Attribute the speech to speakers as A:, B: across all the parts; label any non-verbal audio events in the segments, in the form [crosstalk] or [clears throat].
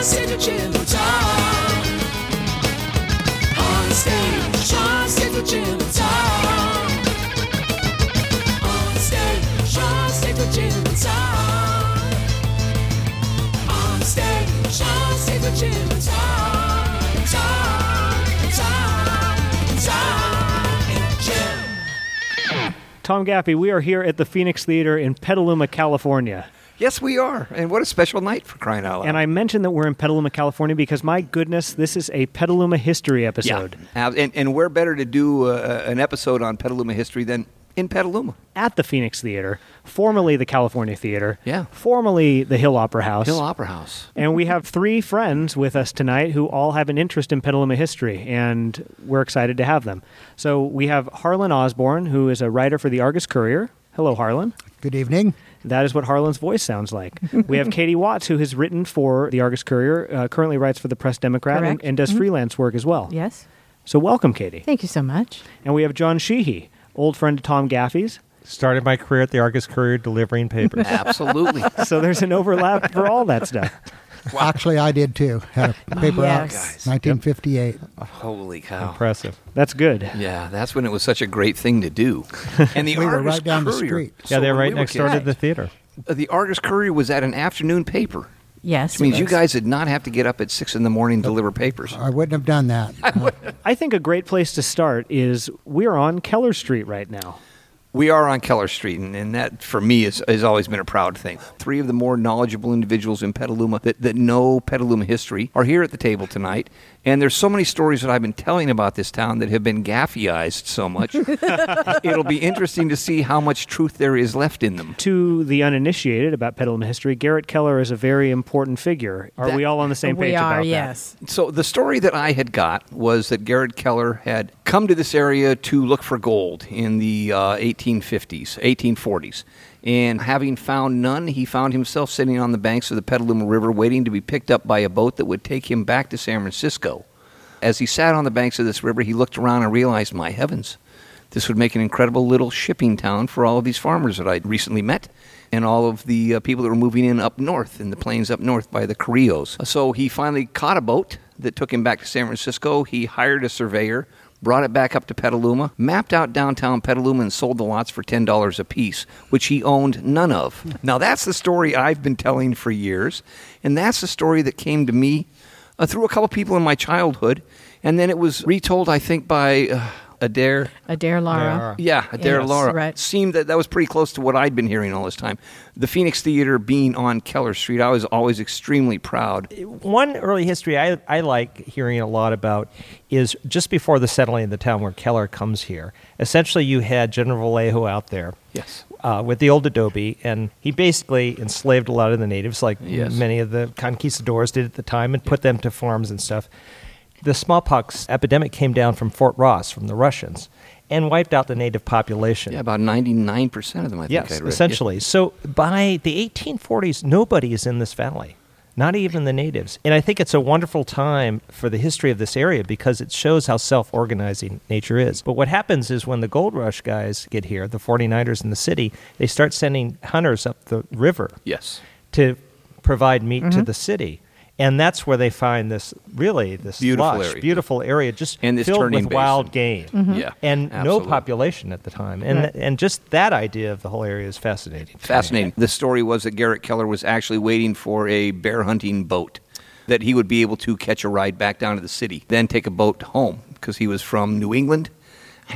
A: Channel Time. On stage, Sean Stapleton Channel Time. On stage, Sean Stapleton Channel Time. On stage, Sean Stapleton Channel Time. Time, time, time, and Jim.
B: Tom Gappy, we are here at the Phoenix Theater in Petaluma, California.
C: Yes, we are. And what a special night for crying out loud.
B: And I mentioned that we're in Petaluma, California because my goodness, this is a Petaluma history episode
C: Uh, and, and where better to do uh, an episode on Petaluma history than in Petaluma?
B: at the Phoenix Theater, formerly the California Theater,
C: Yeah.
B: formerly the Hill Opera House.
C: Opera House.
B: and we have three friends with us tonight who all have an interest in Petaluma history, and we're excited to have them. So we have Harlan Osborne, who is a writer for the Argus Courier. Hello, Harlan.
D: Good evening.
B: That is what Harlan's voice sounds like. we
E: [laughs]
B: have Katie Watts, who has written for the Argus Courier, uh, currently writes for the Press Democrat, and,
E: Correct. Mm-hmm.
B: and does freelance work as well.
E: Yes.
B: So welcome, Katie.
E: Thank you so much.
B: And we have John Sheehy, old friend of Tom Gaffey's.
F: Started my career at the Argus Courier delivering [laughs] papers.
C: Absolutely.
B: So there's an
E: [laughs]
B: overlap for all that stuff.
D: Actually, I did too. Had a paper out,
E: Yes.
D: 1958.
C: [laughs] Holy cow.
F: Impressive.
B: That's good.
C: Yeah, that's when it was such a great thing to
F: [laughs]
C: do. And the
D: We were
C: Argus
D: right down the
C: Courier-
D: street.
F: yeah, they're
C: when
F: right
C: we were
F: next door to
C: kids,
F: the theater.
C: uh, The Argus Courier was at an afternoon paper,
E: Yes.
C: which means
E: it
C: you
E: is.
C: guys did not have to get up at six in the morning to deliver papers.
D: I wouldn't have done that.
B: I think a great place to start is we're on Keller Street right now.
C: We are on Keller Street, and, and that for me is, has always been a proud thing. Three of the more knowledgeable individuals in Petaluma that, that know Petaluma history are here at the table tonight. And there's so many stories that I've been telling about this town that have been gaffeyized so much. It'll be interesting to see how much truth there is left in them.
B: To the uninitiated about Petaluma history, Garrett Keller is a very important figure. Are
C: That-
B: we all on the same page
E: we are,
B: about
E: yes.
C: So the story that I had got was that Garrett Keller had come to this area to look for gold in the uh, 1850s, 1840s. And having found none, he found himself sitting on the banks of the Petaluma River waiting to be picked up by a boat that would take him back to San Francisco. As he sat on the banks of this river, he looked around and realized, my heavens, this would make an incredible little shipping town for all of these farmers that I'd recently met and all of the uh, people that were moving in up north, in the plains up north by the Carrillos. So he finally caught a boat that took him back to San Francisco. He hired a surveyor, brought it back up to Petaluma, mapped out downtown Petaluma, and sold the lots for $10 apiece, which he owned none of. Now, that's the story I've been telling for years, and that's the story that came to me uh, through a couple people in my childhood, and then it was retold, I think, by uh, Adair.
E: Adair Lara.
C: Yeah, Adair
E: Yes,
C: Laura.
E: right.
C: Seemed that that was pretty close to what I'd been hearing all this time. The Phoenix Theater being on Keller Street, I was always extremely proud.
F: One early history I, I like hearing a lot about is just before the settling of the town where Keller comes here. Essentially, you had General Vallejo out there.
C: Yes.
F: uh, with the old adobe, and he basically enslaved a lot of the natives, like
C: Yes.
F: many of the conquistadors did at the time, and put them to farms and stuff. The smallpox epidemic came down from Fort Ross from the Russians and wiped out the native population.
C: Yeah, about 99% of them, I think
F: yes,
C: I'd read.
F: essentially. So by the 1840s, nobody is in this valley. Not even the natives. And I think it's a wonderful time for the history of this area because it shows how self organizing nature is. But what happens is when the gold rush guys get here, the 49ers in the city, they start sending hunters up the river
C: Yes.
F: to provide meat to the city. And that's where they find this really this
C: Beautiful
F: lush,
C: area.
F: beautiful area just
C: And this
F: filled
C: turning
F: with wild game
C: basin. Yeah,
F: and
C: absolutely.
F: no population at the time. And
E: Right.
F: and just that idea of the whole area is fascinating.
C: Fascinating. The story was that Garrett Keller was actually waiting for a bear hunting boat that he would be able to catch a ride back down to the city, then take a boat home because he was from New England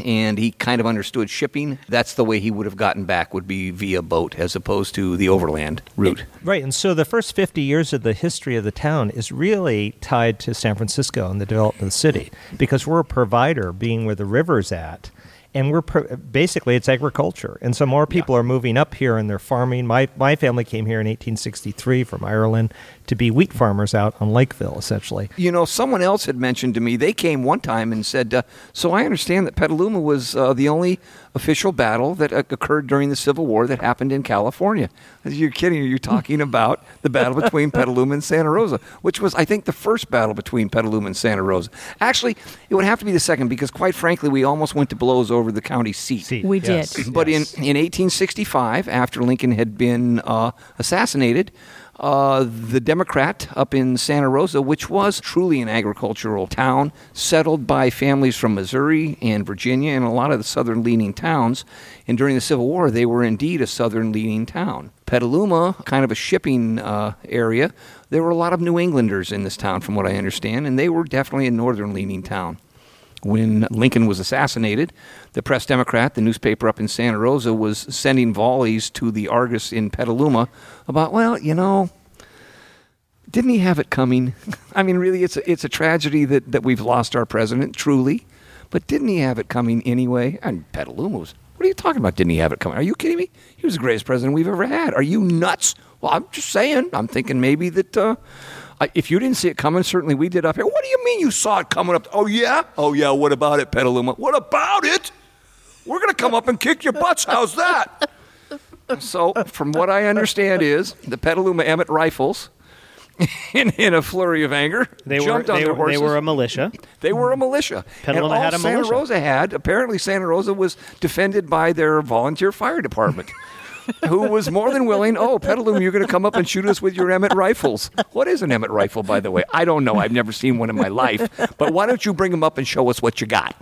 C: and he kind of understood shipping. That's the way he would have gotten back would be via boat as opposed to the overland route.
F: Right. And so the first 50 years of the history of the town is really tied to San Francisco and the development of the city because we're a provider being where the river's at. And we're pro- basically it's agriculture, and so more people are moving up here and they're farming. My my family came here in 1863 from Ireland to be wheat farmers out on Lakeville, essentially.
C: You know, someone else had mentioned to me, they came one time and said, uh, So I understand that Petaluma was uh, the only official battle that uh, occurred during the Civil War that happened in California. I said, You're kidding. Are you talking about the battle between Petaluma and Santa Rosa, which was, I think, the first battle between Petaluma and Santa Rosa? Actually, it would have to be the second because, quite frankly, we almost went to blows over the county seat.
F: See,
E: We
F: yes,
C: [clears throat]
E: did.
C: But in,
F: yes.
C: in 1865, after Lincoln had been uh, assassinated, uh, the Democrat up in Santa Rosa, which was truly an agricultural town, settled by families from Missouri and Virginia and a lot of the southern leaning towns. And during the Civil War, they were indeed a southern leaning town. Petaluma, kind of a shipping uh, area, there were a lot of New Englanders in this town, from what I understand, and they were definitely a northern leaning town when Lincoln was assassinated, the Press Democrat, the newspaper up in Santa Rosa, was sending volleys to the Argus in Petaluma about, well, you know, didn't he have it coming? I mean, really, it's a, it's a tragedy that, that we've lost our president, truly, but didn't he have it coming anyway? And Petaluma was, what are you talking about? Didn't he have it coming? Are you kidding me? He was the greatest president we've ever had. Are you nuts? Well, I'm just saying. I'm thinking maybe that uh, I- if you didn't see it coming, certainly we did up here. What do you mean you saw it coming up? Oh, yeah? Oh, yeah. What about it, Petaluma? What about it? We're going to come up and kick your butts. How's that? So, from what I understand, is the Petaluma Emmett Rifles, [laughs] in, in a flurry of anger,
B: They
C: jumped
B: were
C: on
B: they,
C: their
B: were-
C: horses.
B: they were a militia.
C: They were a militia.
B: Petaluma
C: and all
B: had a
C: Santa
B: militia.
C: Rosa had, apparently Santa Rosa was defended by their volunteer fire department. who was more than willing? Oh, Petaluma, you're going to come up and shoot us with your Emmett rifles. What is an Emmett rifle, by the way? I don't know. I've never seen one in my life. But why don't you bring them up and show us what you got?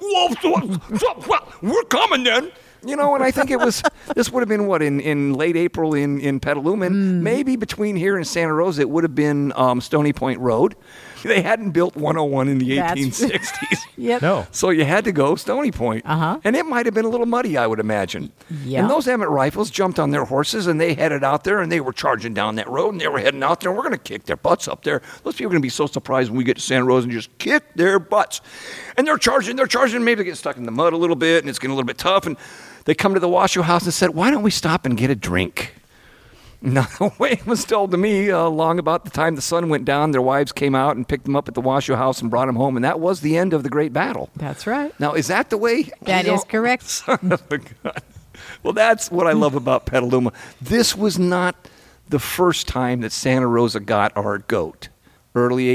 C: Well, so- so- well, we're coming then. You know, and I think it was this would have been what in, in late April in in Petaluma, and maybe between here and Santa Rosa, it would have been um, Stony Point Road. They hadn't built 101 in the
E: That's-
C: 1860s.
E: Yep.
F: No.
C: So you had to go Stony Point.
E: Uh-huh.
C: And it might have been a little muddy, I would imagine.
E: Yeah.
C: And those Emmett rifles jumped on their horses and they headed out there and they were charging down that road and they were heading out there. We're going to kick their butts up there. Those people are going to be so surprised when we get to Santa Rosa and just kick their butts. And they're charging, they're charging. Maybe they get stuck in the mud a little bit and it's getting a little bit tough. And they come to the Washoe House and said, why don't we stop and get a drink? [laughs] Not a way was told to me uh, long about the time the sun went down. Their wives came out and picked them up at the Washoe House and brought them home, and that was the end of the Great Battle.
E: That's right.
C: Now, is that the way?
E: That
C: We
E: is
C: don't- [laughs]
E: correct.
C: Son of a gun. Well, that's what I love about Petaluma. This was not the first time that Santa Rosa got our goat. Early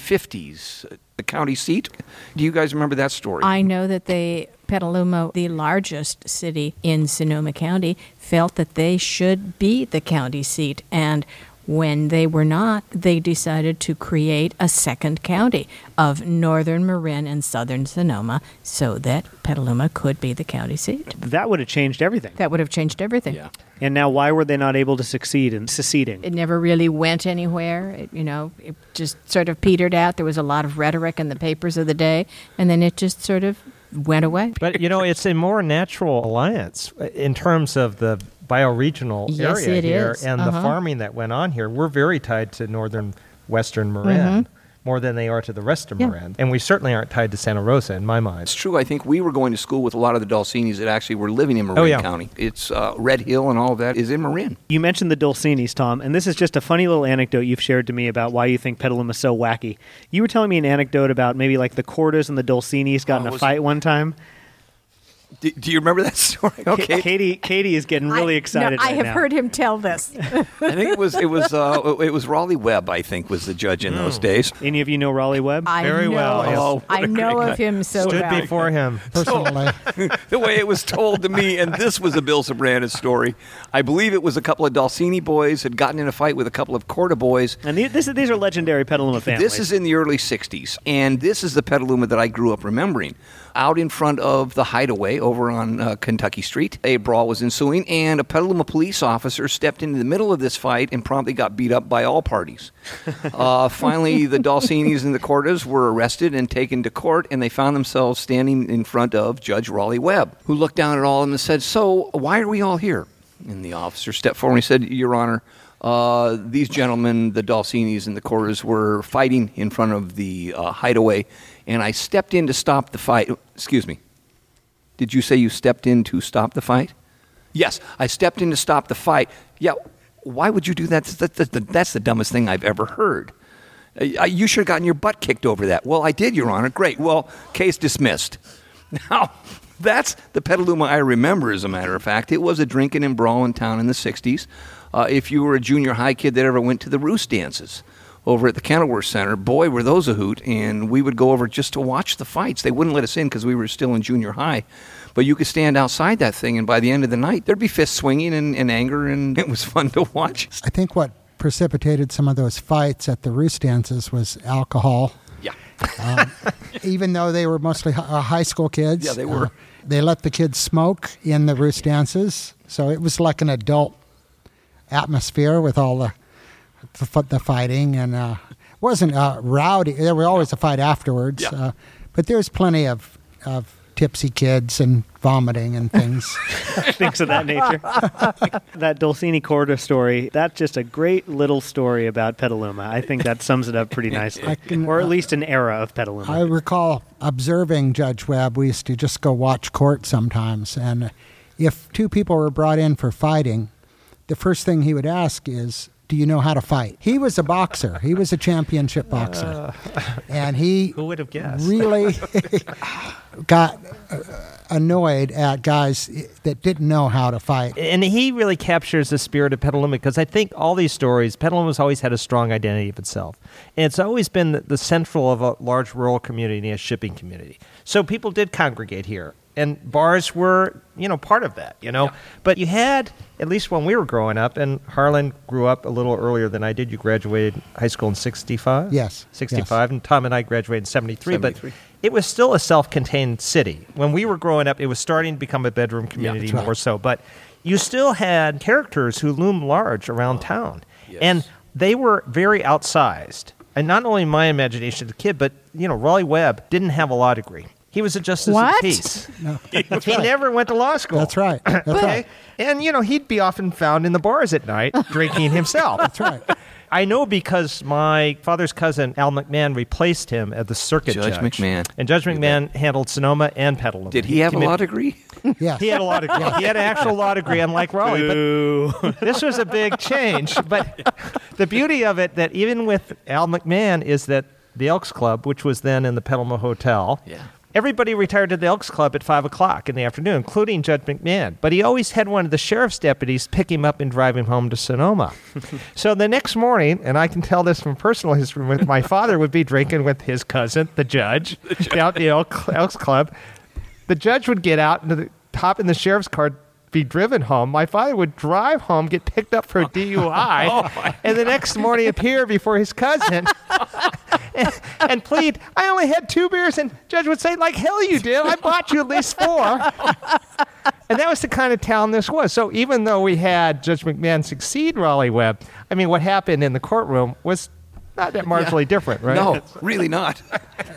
C: 1850s, uh, the county seat. Do you guys remember that story?
E: I know that they, Petaluma, the largest city in Sonoma County, felt that they should be the county seat. And when they were not, they decided to create a second county of northern Marin and southern Sonoma so that Petaluma could be the county seat.
B: That would have changed everything.
E: That would have changed everything.
C: yeah.
B: And now, why were they not able to succeed in seceding?
E: It never really went anywhere. It, you know, it just sort of petered out. There was a lot of rhetoric in the papers of the day, and then it just sort of went away.
F: But you know, it's a more natural alliance uh, in terms of the bioregional
E: Yes,
F: area
E: it
F: here
E: is.
F: and
E: Uh-huh.
F: the farming that went on here. We're very tied to northern western Marin more than they are to the rest of
E: Mm-hmm. Yeah.
F: Marin, and we certainly aren't tied to Santa Rosa in my
C: It's
F: mind.
C: true. I think we were going to school with a lot of the Dulcinis that actually were living in Marin
F: Oh, yeah.
C: County. It's uh, Red Hill and all of that is in Marin.
B: You mentioned the Dulcinis, Tom, and this is just a funny little anecdote you've shared to me about why you think Petaluma is so wacky. You were telling me an anecdote about maybe like the Cordas and the Dulcinis got
C: Oh,
B: in a
C: was-
B: fight one time.
C: Do, do you remember that [laughs] story? Okay.
B: Katie, Katie is getting really
E: I-
B: excited.
E: No, I
B: right
E: have
B: now.
E: heard him tell this.
C: I think it was it was uh, it was Raleigh Webb. I think was the judge in those days.
B: Any of you know Raleigh Webb?
E: I
F: Very
E: know,
F: well, yes.
C: Oh, what
E: I
C: a
E: know
C: great
E: of him so
F: Stood
E: well.
F: before him.
D: Uh, Personally,
C: [laughs] the way it was told to me, and this was a Bill Sobranis story. I believe it was a couple of Dalsini boys had gotten in a fight with a couple of Corda boys.
B: and the, this, these are legendary Petaluma families.
C: This is in the early 60s, and this is the Petaluma that I grew up remembering. Out in front of the hideaway over on uh, Kentucky Street, a brawl was ensuing, and a Petaluma police officer stepped into the middle of this fight and promptly got beat up by all parties. uh, finally, the Dalsinis and the Cordas were arrested and taken to court, and they found themselves standing in front of Judge Raleigh Webb, who looked down at all of them and said, So, why are we all here? And the officer stepped forward and said, Your Honor, uh, these gentlemen, the Dulcinis and the Cordas, were fighting in front of the uh, hideaway, and I stepped in to stop the fight. Excuse me. Did you say you stepped in to stop the fight? Yes, I stepped in to stop the fight. Yeah, why would you do that? That's, that's, that's, that's the dumbest thing I've ever heard. Uh, you should have gotten your butt kicked over that. Well, I did, Your Honor. Great. Well, case dismissed. [laughs] Now, that's the Petaluma I remember, as a matter of fact. It was a drinking and brawling town in the 60s. Uh, if you were a junior high kid that ever went to the Roost dances over at the Kenilworth Center, boy, were those a hoot. And we would go over just to watch the fights. They wouldn't let us in because we were still in junior high. But you could stand outside [laughs] that thing, and by the end of the night, there'd be fists swinging and, and anger, and it was fun to watch.
D: I think what precipitated some of those fights at the roost dances was alcohol.
C: Yeah.
D: [laughs] Even though they were mostly hi- uh, high school kids, uh,
C: Yeah, they were.
D: they let the kids smoke in the roost dances, so it was like an adult atmosphere with all the the, fu- the fighting and uh, wasn't uh, rowdy. There was always a fight afterwards,
C: Yeah.
D: uh, but there was plenty of of tipsy kids and vomiting
C: [laughs]
D: and things.
B: [laughs] things of that nature. that Dulcini Corda story, that's just a great little story about Petaluma. I think that sums it up
C: [laughs]
B: pretty nicely.
D: I can-
B: or at least an era of Petaluma.
D: I recall observing Judge Webb. We used to just go watch court sometimes. And if two people were brought in for fighting, the first thing he would ask is, Do you know how to fight? He was a boxer, he was a championship boxer. And he
F: Uh. Who would have guessed? [laughs]
D: really got uh, annoyed at guys that didn't know how to fight.
F: and he really captures the spirit of Petaluma because I think all these stories, Petaluma's always had a strong identity of itself, and it's always been the, the central of a large rural community, and a shipping community. So people did congregate here, and bars were, you know, part of that. You know, but you had at least when we were growing up, and Harlan grew up a little earlier than I did. You graduated high school in '65.
D: Yes, yes.
F: '65, and Tom and I graduated in '73. But
C: 73.
F: it was still a self-contained city. When we were growing up, it was starting to become a bedroom community
D: that's right.
F: more so. But you still had characters who loom large around town,
C: Oh, yes.
F: and they were very outsized. And not only in my imagination as a kid, but you know, Raleigh Webb didn't have a law degree. He was a justice
E: What?
F: of the peace.
D: No,
F: [laughs] he never went to law school.
D: that's right. That's right.
F: Okay. And you know, he'd be often found in the bars
D: [laughs]
F: at night drinking himself.
D: That's right.
F: I know because my father's cousin Al McMahon replaced him at the circuit
C: Judge
F: judge.
C: McMahon.
F: And Judge McMahon handled Sonoma and Petaluma.
C: Did he have a
F: commi-
C: law degree?
D: Yes.
F: He had a law degree. He had an actual law degree, unlike Raleigh. But
B: Ooh.
F: this was a big change. But the beauty of it that even with Al McMahon is that the Elks Club, which was then in the Petaluma Hotel,
C: Yeah.
F: everybody retired to the Elks Club at five o'clock in the afternoon, including Judge McMahon. But he always had one of the sheriff's deputies pick him up and drive him home to [laughs] Sonoma. so the next morning, and I can tell this from personal history, with my father would be drinking with his cousin, the judge, out at the Elk- Elks Club the judge would get out into the top in the sheriff's car be driven home my father would drive home get picked up for a dui and the next morning appear before his cousin [laughs] and, and plead i only had two beers and judge would say like hell you did i bought you at least four and that was the kind of town this was so even though we had judge mcmahon succeed raleigh webb i mean what happened in the courtroom was not that marginally different
C: [laughs]
F: right
C: No, really not.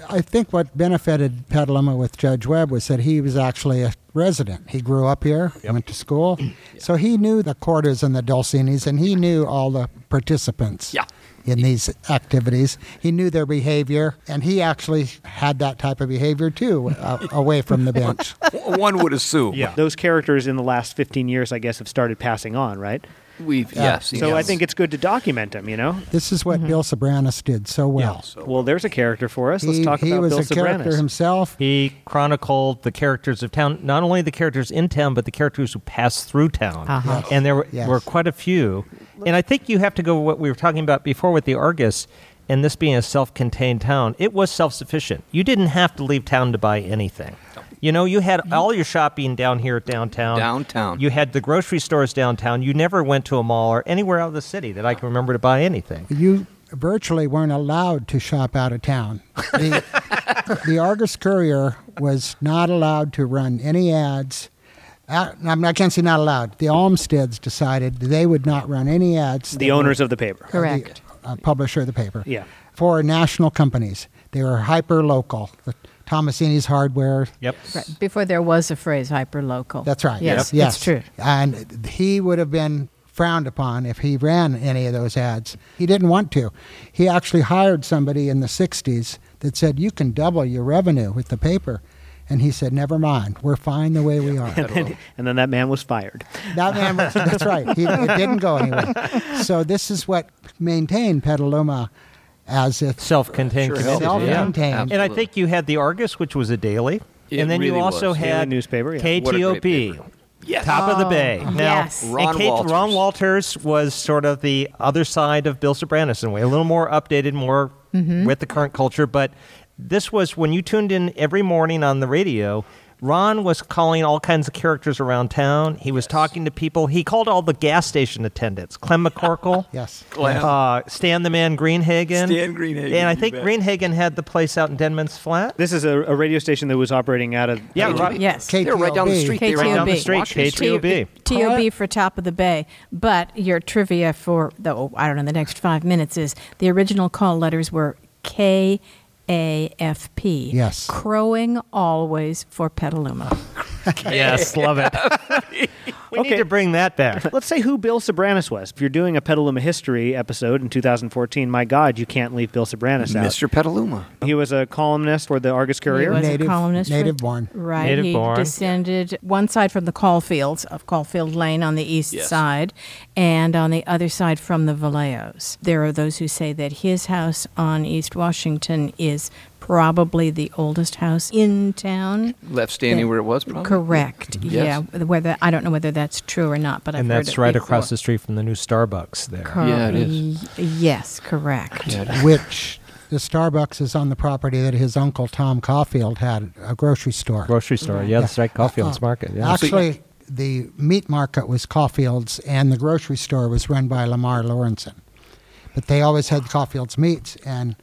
D: I think what benefited Petaluma with Judge Webb was that he was actually a resident. He grew up here, went
B: [clears throat]
D: to school, so he knew the quarters and the Dulcinis, and he knew all the participants
C: Yeah.
D: in these activities. He knew their behavior, and he actually had that type of behavior too, uh, away from
B: [laughs]
D: the bench.
C: One would assume.
F: Yeah.
B: Those characters in the last 15 years, I guess, have started passing on, right?
C: We've, yes.
B: So I think it's good to document them, you know?
D: This is
B: Mm-hmm.
D: what Bill Sobranis did so well.
B: Well, there's a character for us. Let's
D: he
B: talk
D: he
B: about
D: was
B: Bill
D: a character
B: Sobranis.
D: himself.
F: He chronicled the characters of town, not only the characters in town, but the characters who passed through town.
E: Uh-huh. Yes.
F: And there were,
D: Yes.
F: were quite a few. And I think you have to go what we were talking about before with the Argus and this being a self contained town. It was self sufficient. You didn't have to leave town to buy anything. You know, you had all your shopping down here at downtown.
C: Downtown.
F: You had the grocery stores downtown. You never went to a mall or anywhere out of the city that I can remember to buy anything.
D: you virtually weren't allowed to shop out of town. The, the Argus Courier was not allowed to run any ads. Uh, I, mean, I can't say not allowed. The Olmsteads decided they would not run any ads.
B: the owners of the paper.
E: Correct.
D: uh, publisher of the paper.
B: Yeah.
D: For national companies, they were hyper local. The Tomasini's Hardware.
F: Yep.
E: Right. Before there was a phrase hyperlocal.
D: That's right.
E: Yes,
D: Yes.
E: that's true.
D: And he would have been frowned upon if he ran any of those ads. He didn't want to. He actually hired somebody in the 60s that said, You can double your revenue with the paper. And he said, Never mind. We're fine the way we are.
B: And then that man was fired.
D: That man was, that's right. He, it didn't go anywhere. So this is what maintained Petaluma as if
F: Self contained
C: Sure helps, yeah.
D: Self-contained.
F: And I
C: Absolutely.
F: think you had the Argus, which was a daily.
C: It
F: and then you
C: really
F: also
C: was.
F: had
B: Daily newspaper, yeah.
C: What a great
F: KTOP,
C: paper. Yes.
F: Top of the Bay.
E: Oh,
F: Now,
E: yes.
F: and
C: Ron
F: Kate-
C: Walters.
F: Ron Walters was sort of the other side of Bill Sobranis in a way, a little more updated, more with the current culture. But this was when you tuned in every morning on the radio. Ron was calling all kinds of characters around town. He was talking to people. He called all the gas station attendants. Clem McCorkle.
D: Yes.
C: Glam.
F: Uh, Stan the Man Greenhagen.
C: Stan Greenhagen,
F: And I
C: you
F: think
C: bet.
F: Greenhagen had the place out in Denman's Flat.
B: This is a, a radio station that was operating out of.
F: Yeah,
C: Hey,
F: right.
E: Yes.
C: They were right down the
D: KTLB.
C: street. They were right down the
E: KTLB.
C: street. Washington
F: Straight TOB.
E: TOB for top of the bay. But your trivia for the oh, I don't know the next five minutes is the original call letters were K A F P.
D: Yes.
E: crowing always for Petaluma.
F: Yes, love it. [laughs] we
B: Okay.
F: need to bring that back.
B: Let's say who Bill Sobranis was. If you're doing a Petaluma history episode in 2014, my God, you can't leave Bill Sobranis out.
C: Mr. Petaluma.
B: He was a columnist for the Argus
E: He
B: Courier.
E: was
D: Native-
E: a columnist. for-
D: native born.
E: Right.
F: Native
E: he
F: born.
E: descended one side from the Caulfields of Caulfield Lane on the east
C: Yes.
E: side, and on the other side from the Vallejos. There are those who say that his house on East Washington is probably the oldest house in town.
C: Left standing
E: Yeah.
C: where it was, probably. Mm-hmm.
E: Correct.
C: Yes.
E: Yeah. Whether I don't know whether that's true or not, but I've
F: And
E: heard
F: that's
E: it
F: right
E: before.
F: across the street from the new Starbucks there.
E: Cor-
C: Yeah, it is.
E: y- Yes, correct.
D: which the Starbucks is on the property that his uncle Tom Caulfield had a grocery store.
F: Grocery store. Yeah, that's right. Caulfield's Market. Yeah.
D: Actually, the meat market was Caulfield's, and the grocery store was run by Lamar Lawrenson. But they always had Caulfield's meats. And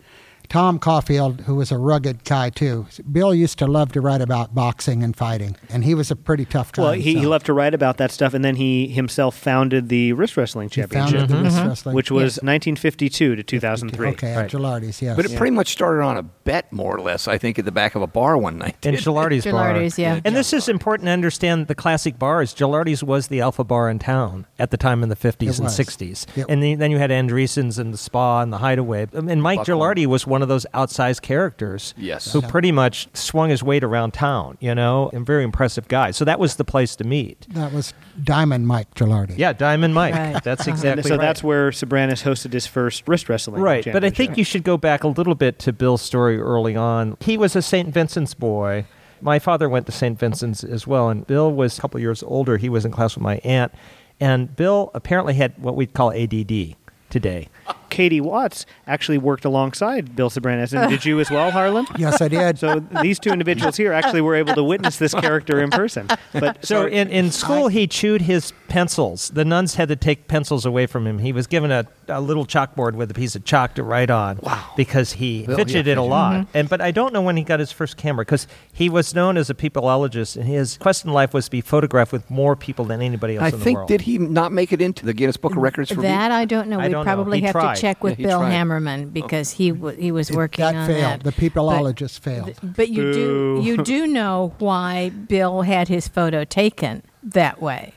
D: Tom Caulfield, who was a rugged guy too, Bill used to love to write about boxing and fighting, and he was a pretty tough guy.
B: Well, he, he
D: so
B: loved to write about that stuff, and then he himself founded the Wrist Wrestling
D: he
B: Championship, mm-hmm.
D: founded the Miss Wrestling.
B: which was 1952 to 2003.
D: okay, at Gilardi's, yes.
C: But it pretty much started on a bet, more or less, I think, at the back of a bar one night.
F: And Gilardi's Bar.
E: Gilardi's, yeah.
F: And this is important to understand the classic bars. Gilardi's was the alpha bar in town at the time in the 50s
D: It
F: and
D: was.
F: 60s.
D: Yep.
F: And then then you had Andreessen's and the Spa and the Hideaway. Um, And Mike
C: Buckle.
F: Gilardi was one of those outsized characters
C: Yes.
F: who
C: Yeah.
F: pretty much swung his weight around town, you know, and very impressive guy. So that was the place to meet.
D: that was Diamond Mike Gilardi.
F: Yeah, Diamond Mike.
E: Right.
F: That's
B: [laughs]
E: Uh-huh.
B: And
F: exactly
B: so
F: right.
B: that's where Sobranis hosted his first wrist wrestling.
F: Right, but I think
B: championship.
F: you should go back a little bit to Bill's story early on. He was a St. Vincent's boy. My father went to St. Vincent's as well, and Bill was a couple years older. He was in class with my aunt, and Bill apparently had what we'd call ADD today.
B: Katie Watts actually worked alongside Bill Sobranis, and did you as well,
F: [laughs]
B: Harlan?
D: Yes, I did.
B: [laughs] So these two individuals here actually were able to witness this character in person. But
F: [laughs] So in, in school, he chewed his pencils. The nuns had to take pencils away from him. He was given a, a little chalkboard with a piece of chalk to write on wow. because he
C: Bill, yeah,
F: fidgeted a lot.
E: Mm-hmm.
F: And But I don't know when he got his first camera because he was known as a peopleologist, and his quest in life was to be photographed with more people than anybody else
C: I
F: in the
C: think,
F: world. [laughs]
C: did he not make it into the Guinness Book of Records for
E: That I don't know.
F: I
E: We
F: don't know.
E: probably
F: He
E: have
F: tried.
E: to check with
C: Yeah, he
E: Bill
C: tried.
E: Hammerman because he w- he was working
D: that
E: on
D: failed.
E: that.
D: The peopleologist failed.
E: But you
B: Boo.
E: do you do know why Bill had his photo taken that way.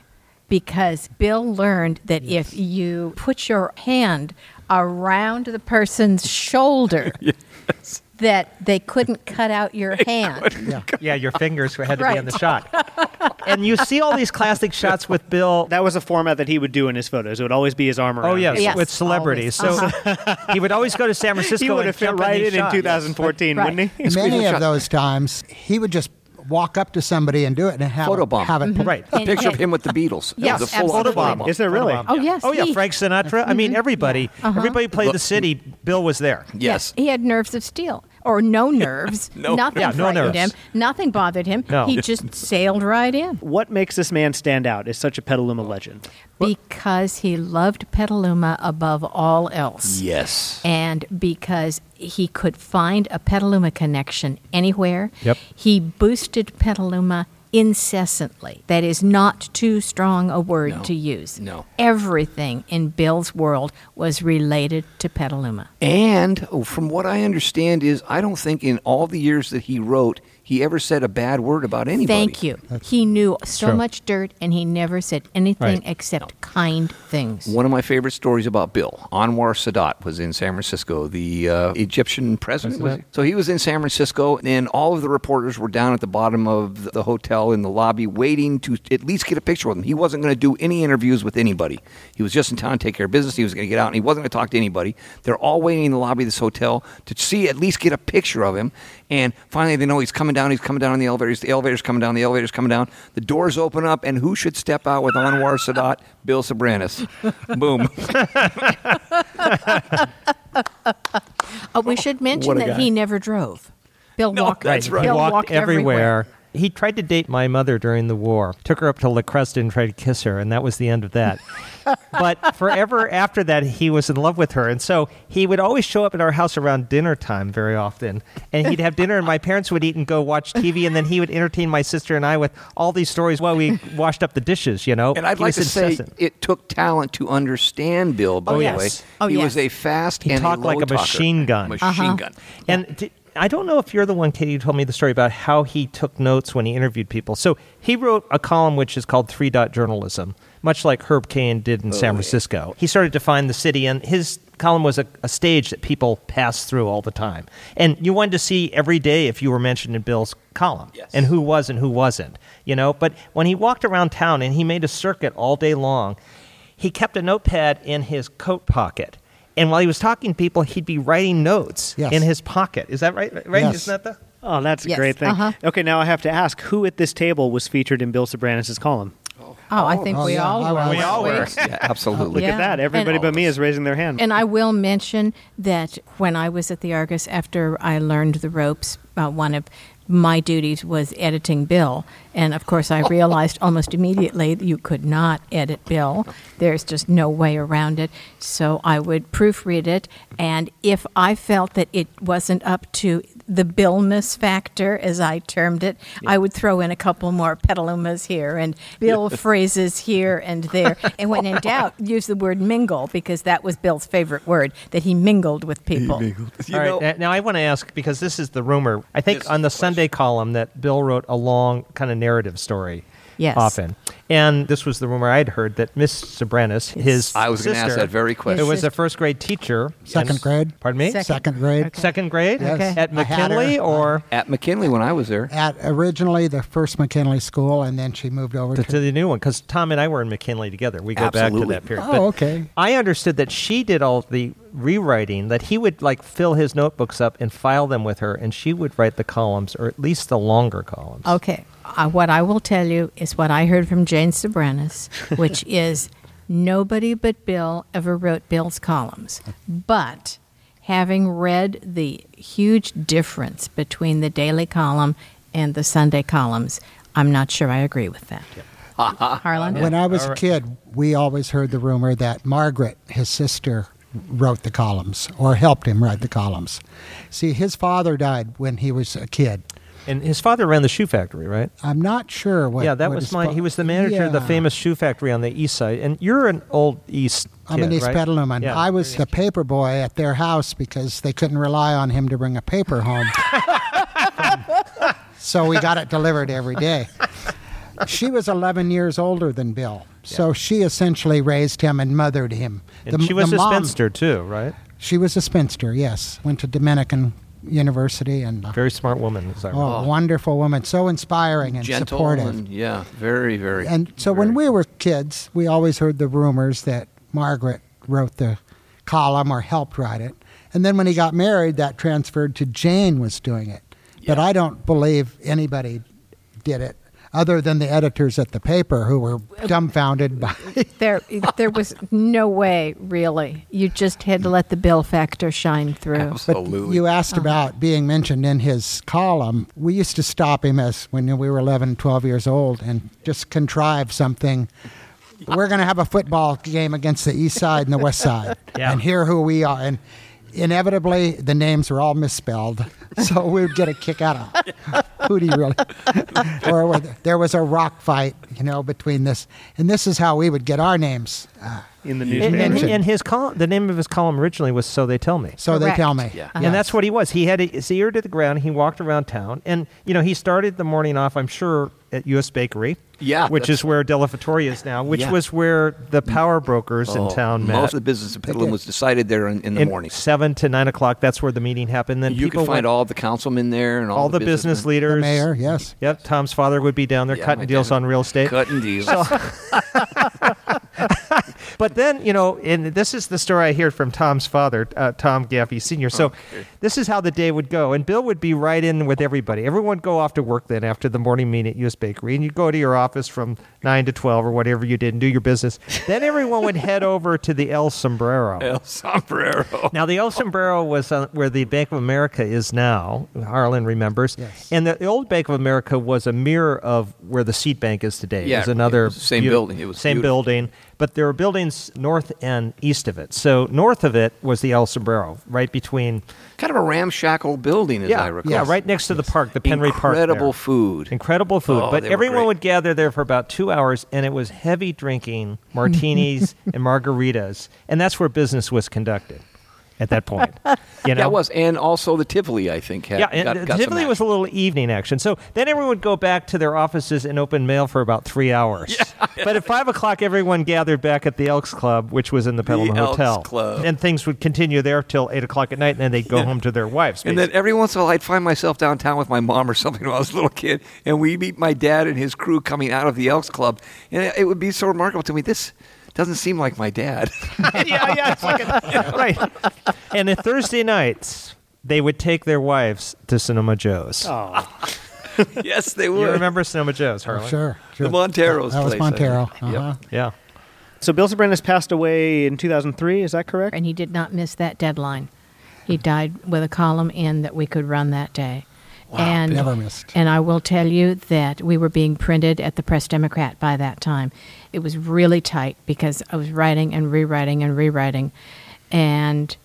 E: Because Bill learned that if you put your hand around the person's
F: [laughs]
E: shoulder that they couldn't cut out your hand.
D: yeah.
F: yeah, your fingers had to be on
E: Right.
F: the shot. and you see all these classic shots with Bill.
B: [laughs] that was a format that he would do in his photos. It would always be his arm around.
F: Oh yes,
B: people.
E: Yes,
F: with celebrities.
E: always.
F: So he would always go to San
B: [laughs]
F: Francisco.
B: he would
F: and
B: have fit
F: jump in
B: right
F: these
B: in in
F: shots.
B: 2014,
E: Yes.
B: wouldn't
F: [laughs]
B: he?
D: many
C: Squeeze a
D: of
C: shot.
D: those times he would just walk up to somebody and do it and have
C: Photo
D: it,
C: bomb.
D: have it
F: Mm-hmm. Right.
C: A picture of him with the Beatles. That
E: Yes,
C: was a full on
E: absolutely.
C: photo
B: Is there really?
F: Photobomb.
E: Oh, yes,
F: Oh yeah,
E: he- Mm-hmm. Uh-huh.
F: Frank Sinatra. I mean, everybody. Everybody played the city. Bill was there.
C: Yes.
E: He had nerves of steel. Or no nerves.
C: No
E: Nothing
F: nerves. Yeah, no
E: frightened him.
F: nerves.
E: Nothing bothered him.
F: No.
E: He just sailed right in.
B: What makes this man stand out is such a Petaluma legend.
E: Because he loved Petaluma above all else.
C: Yes.
E: And because he could find a Petaluma connection anywhere,
F: Yep.
E: he boosted Petaluma incessantly. That is not too strong a word
C: No.
E: to use.
C: No.
E: Everything in Bill's world was related to Petaluma.
C: And oh, from what I understand is I don't think in all the years that he wrote he ever said a bad word about anybody.
E: Thank you. he knew so
F: true.
E: much dirt and he never said anything
F: Right.
E: except kind things.
C: One of my favorite stories about Bill, Anwar Sadat, was in San Francisco, the uh, Egyptian president. was he? So he was in San Francisco, and all of the reporters were down at the bottom of the hotel in the lobby waiting to at least get a picture with him. He wasn't going to do any interviews with anybody. He was just in town to take care of business. He was going to get out, and he wasn't going to talk to anybody. They're all waiting in the lobby of this hotel to see at least get a picture of him. And finally, they know he's coming down. He's coming down on the elevators. The elevator's coming down. The elevator's coming down. The doors open up, and who should step out with Anwar Sadat? Bill Sobranis. Boom.
E: Oh, we should mention
C: What a
E: that
C: guy. [laughs]
E: Uh, he never drove. Bill
C: No,
E: walked.
C: that's right.
E: Bill
F: He walked everywhere. He tried to date my mother during the war, took her up to La Cresta and tried to kiss her, and that was the end of
E: [laughs]
F: that. but forever after that, he was in love with her. And so he would always show up at our house around dinner time very often. And he'd have dinner, and my parents would eat and go watch TV. And then he would entertain my sister and I with all these stories while we washed up the dishes, you know?
C: And I'd
F: He
C: like to
F: was
C: say
F: incessant.
C: it took talent to understand Bill. By
F: Oh,
C: the
F: yes.
C: way,
E: Oh,
C: he
E: yes.
C: was a fast
F: He
C: and
F: talked
C: a low
F: like a
C: talker.
F: machine gun.
C: Machine gun.
F: And d I don't know if you're the one, Katie, who told me the story about how he took notes when he interviewed people. So he wrote a column which is called Three Dot Journalism, much like Herb Cain did in San Francisco. He started to find the city, and his column was a, a stage that people passed through all the time. And you wanted to see every day if you were mentioned in Bill's column
C: Yes.
F: and who was and who wasn't, you know. But when he walked around town and he made a circuit all day long, he kept a notepad in his coat pocket. And while he was talking to people, he'd be writing notes
D: Yes.
F: in his pocket. Is that right? Right?
D: Yes.
F: Isn't that the?
B: Oh, that's a
E: Yes,
B: great thing.
E: uh-huh.
B: Okay, now I have to ask who at this table was featured in Bill Sobranis' column?
E: Oh, I think
D: Oh,
E: we
D: yeah,
E: all
D: I
E: were.
D: was. We all
C: Yeah, absolutely.
E: Yeah.
B: Look at that. Everybody
E: And-
B: but me is raising their hand.
E: And I will mention that when I was at the Argus, after I learned the ropes, uh, one of my duties was editing Bill. And
D: [laughs]
E: of course, I realized almost immediately that you could not edit Bill. There's just no way around it. So I would proofread it. And if I felt that it wasn't up to the Billness factor, as I termed it, I would throw in a couple more petalumas here [laughs] and Bill phrases here and there. And when [laughs] in doubt, use the word mingle because that was Bill's favorite word that he mingled with people.
C: You
F: All right.
C: know-
F: uh, now I want to ask because this is the rumor. I think
C: This
F: on
C: is
F: the
C: the question.
F: Sunday column that Bill wrote a long kind of narrative story.
E: Yes.
F: Often, and this was the rumor I'd heard that Miss Sobranis, his
C: I was going to ask
F: sister,
C: that very
F: who
C: question.
F: was a first grade teacher,
D: Second
F: and-
D: grade.
F: Pardon me.
E: Second.
D: Second grade.
E: Okay.
F: Second grade
D: Yes. Okay.
F: at
D: I had her.
F: McKinley, or
C: At McKinley when I was there.
D: At originally the first McKinley School, and then she moved over
F: to,
D: to.
F: to the new one because Tom and I were in McKinley together. We go back to
C: Absolutely.
F: that period.
D: Oh, okay.
F: I understood that she did all the rewriting. That he would like fill his notebooks up and file them with her, and she would write the columns, or at least the longer columns.
E: Okay. Uh, what I will tell you is what I heard from Jane Sobranis, which is nobody but Bill ever wrote Bill's columns. But having read the huge difference between the daily column and the Sunday columns, I'm not sure I agree with that. Harlan?
D: When I was a kid, we always heard the rumor that Margaret, his sister, wrote the columns or helped him write the columns. See, his father died when he was a kid.
F: And his father ran the shoe factory, right?
D: I'm not sure what.
F: yeah, that
D: what
F: was
D: his
F: my.
D: fa-
F: He was the manager of the
D: Yeah.
F: famous shoe factory on the east side. And you're an old east.
D: I'm an
F: kid,
D: East
F: right?
D: Petaluma. and
F: Yeah.
D: I was the paper boy at their house because they couldn't rely on him to bring a paper
F: [laughs]
D: home. so we got it delivered every day. She was 11 years older than Bill. So she essentially raised him and mothered him.
F: And she was a
D: mom-
F: spinster too, right?
D: She was a spinster, yes. Went to Dominican University and
F: Very smart woman, as I
D: oh,
F: recall.
D: wonderful woman. So inspiring and
C: Gentle
D: supportive.
C: and yeah, very very.
D: And so when we were kids, we always heard the rumors that Margaret wrote the column or helped write it. And then when he got married, that transferred to Jane was doing it. But I don't believe anybody did it other than the editors at the paper who were dumbfounded by
E: There, there was no way, really. You just had to let the Bill factor shine through.
C: absolutely.
D: You
F: Uh-huh.
D: asked about being mentioned in his column. We used to stop him as when we were 11, 12 years old and just contrive something. We're going to have a football game against the east side and the
F: [laughs]
D: west side.
F: Yeah.
D: And here who we are. And inevitably, the names were all misspelled. So [laughs] we would get a kick out of who do you really? [laughs] or were there- there was a rock fight, you know, between this. And this is how we would get our names. Uh,
B: in the
F: And,
B: newspaper.
F: and, and his column, the name of his column originally was "So They Tell Me."
D: so
E: Correct.
D: they tell me.
C: Yeah.
F: And that's what he was. He had his ear to the ground. He walked around town, and you know he started the morning off. I'm sure at U.S. Bakery,
C: Yeah,
F: which
C: that's-
F: is where Della Fattoria is now, which
C: Yeah.
F: was where the power brokers
C: Oh,
F: in town met.
C: Most of the business of Petaluma was decided there in, in the
F: in
C: morning.
F: seven to nine o'clock. That's where the meeting happened. Then
C: You
F: people
C: could find
F: went-
C: all the councilmen there and all,
F: all the business
C: businessmen.
F: leaders,
D: The mayor, yes.
F: Yep, Tom's father would be down there
C: Yeah, my [laughs]
F: cutting deals
C: dad-
F: on real estate.
C: Cutting deals.
F: but then you know, and this is the story I hear from Tom's father, uh, Tom Gaffey Senior.
C: Oh,
F: So this is how the day would go, and Bill would be right in with everybody. Everyone would go off to work then after the morning meeting at U.S. Bakery, and you'd go to your office from nine to twelve or whatever you did and do your business. Then everyone would head [laughs] over to the El Sombrero.
C: El sombrero.
F: Now, the El Sombrero was uh, where the Bank of America is now. Harlan remembers.
D: Yes.
F: And the, the old Bank of America was a mirror of where the Seed Bank is today.
C: Yeah,
F: it was another
C: it was the same
F: beauti-
C: building. It was
F: same
C: beautiful.
F: building, but there were buildings north and east of it. So north of it was the El Sombrero, right between.
C: Kind of a ramshackle building, as
F: yeah,
C: I recall.
F: yeah, right next to the park, the Penry Park. there.
C: Incredible food.
F: Incredible food.
C: Oh,
F: but
C: they were
F: everyone
C: great.
F: would gather there for about two hours, and it was heavy drinking, martinis and margaritas, and that's where business was conducted at that point. You know?
C: [laughs] Yeah, it was, and also the Tivoli, I think. Had,
F: Yeah, and
C: got,
F: the-
C: got some
F: Tivoli was a
C: action.
F: little evening action. So then everyone would go back to their offices and open mail for about three hours.
C: [laughs]
F: But at five o'clock, everyone gathered back at the Elks Club, which was in the Petaluma
C: Elks
F: Hotel.
C: Club.
F: And things would continue there till eight o'clock at night, and then they'd go home to their wives.
C: And then every once in a while, I'd find myself downtown with my mom or something [laughs] when I was a little kid, and we meet my dad and his crew coming out of the Elks Club, and it- it would be so remarkable to me. This doesn't seem like my
F: [laughs]
C: dad. [laughs]
F: yeah, yeah, it's like a, right. And at Thursday nights, they would take their wives to Sonoma Joe's.
B: Oh,
C: yes, they would.
F: you remember Sonoma Joe's, Harlan?
D: Sure, sure.
C: the Montero's
D: That was
C: place, I think.
D: Montero.
C: Yep.
D: Uh-huh.
F: Yeah.
B: so Bill Sobrenus passed away in 2003. Is that correct?
E: and he did not miss that deadline. He
F: Hmm.
E: died with a column in that we could run that day. and,
D: never missed.
E: And I will tell you that we were being printed at the Press Democrat by that time. It was really tight because I was writing and rewriting and rewriting. And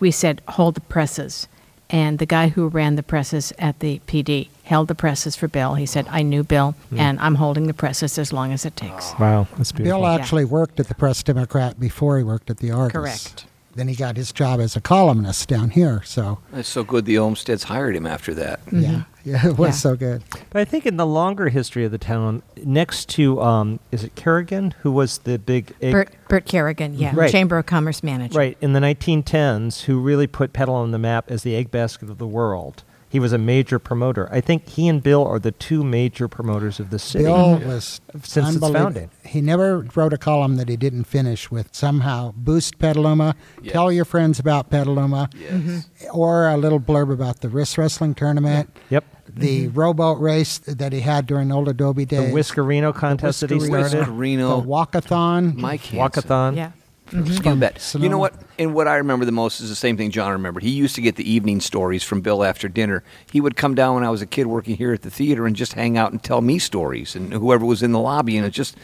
E: we said, hold the presses. And the guy who ran the presses at the PD held the presses for Bill. He said, I knew Bill, and I'm holding the presses as long as it takes.
F: Hmm. Wow, that's beautiful.
D: Bill actually worked at the Press Democrat before he worked at the Argus.
E: Correct.
D: Then he got his job as a columnist down here. So
C: It's so good the Olmsteads hired him after that.
D: yeah, [laughs] yeah, it was
E: Yeah.
D: so good.
F: But I think in the longer history of the town, next to um, is it Kerrigan, who was the big egg,
E: Bert, Bert Kerrigan, yeah,
F: Right.
E: Chamber of Commerce manager.
F: right in the 1910s, who really put Petal on the map as the egg basket of the world. He was a major promoter. I think he and Bill are the two major promoters of the city.
D: Bill was
F: Since its
D: unbelievable.
F: founding.
D: He never wrote a column that he didn't finish with somehow boost Petaluma, tell your friends about Petaluma,
F: Mm-hmm.
D: or a little blurb about the wrist wrestling tournament,
F: Yep.
D: the rowboat race that he had during old Adobe
F: The
D: days,
F: Whiskerino contest that he
D: Whiskerino.
F: started.
C: Reno,
D: the walkathon.
C: Mike Hansen.
F: Walkathon.
E: Yeah.
C: You bet. You
D: Sonoma.
C: know what? And what I remember the most is the same thing John remembered. He used to get the evening stories from Bill after dinner. He would come down when I was a kid working here at the theater and just hang out and tell me stories and whoever was in the lobby. And it just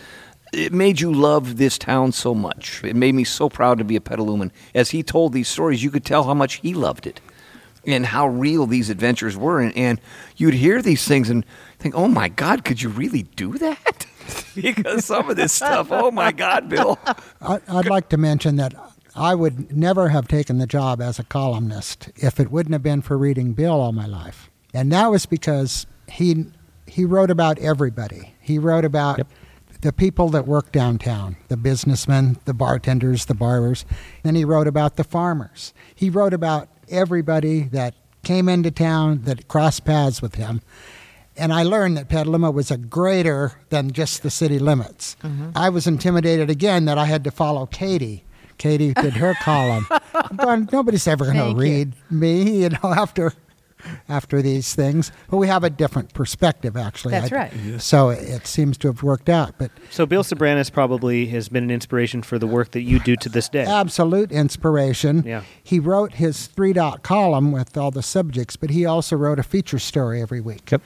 C: it made you love this town so much. It made me so proud to be a Petaluman. As he told these stories, you could tell how much he loved it and how real these adventures were. And, and you'd hear these things and think, oh my God, could you really do that? [laughs] because some of this stuff, oh my God, Bill.
D: I, I'd like to mention that I would never have taken the job as a columnist if it wouldn't have been for reading Bill all my life, and that was because he he wrote about everybody. He wrote about the people that work downtown, the businessmen, the bartenders, the barbers. Then he wrote about the farmers. He wrote about everybody that came into town that crossed paths with him. And I learned that Petaluma was a greater than just the city limits.
E: Mm-hmm.
D: I was intimidated again that I had to follow Katie. Katie did
E: [laughs]
D: her column. I'm going, nobody's ever going
E: Thank
D: to
E: you.
D: read me, you know, [laughs] after after these things. But we have a different perspective, actually.
E: That's
D: I-
E: right.
D: So it seems to have worked out. But
B: So Bill Sobranus probably has been an inspiration for the work that you do to this day.
D: absolute inspiration.
B: Yeah.
D: He wrote his three dot column with all the subjects, but he also wrote a feature story every week.
F: Yep.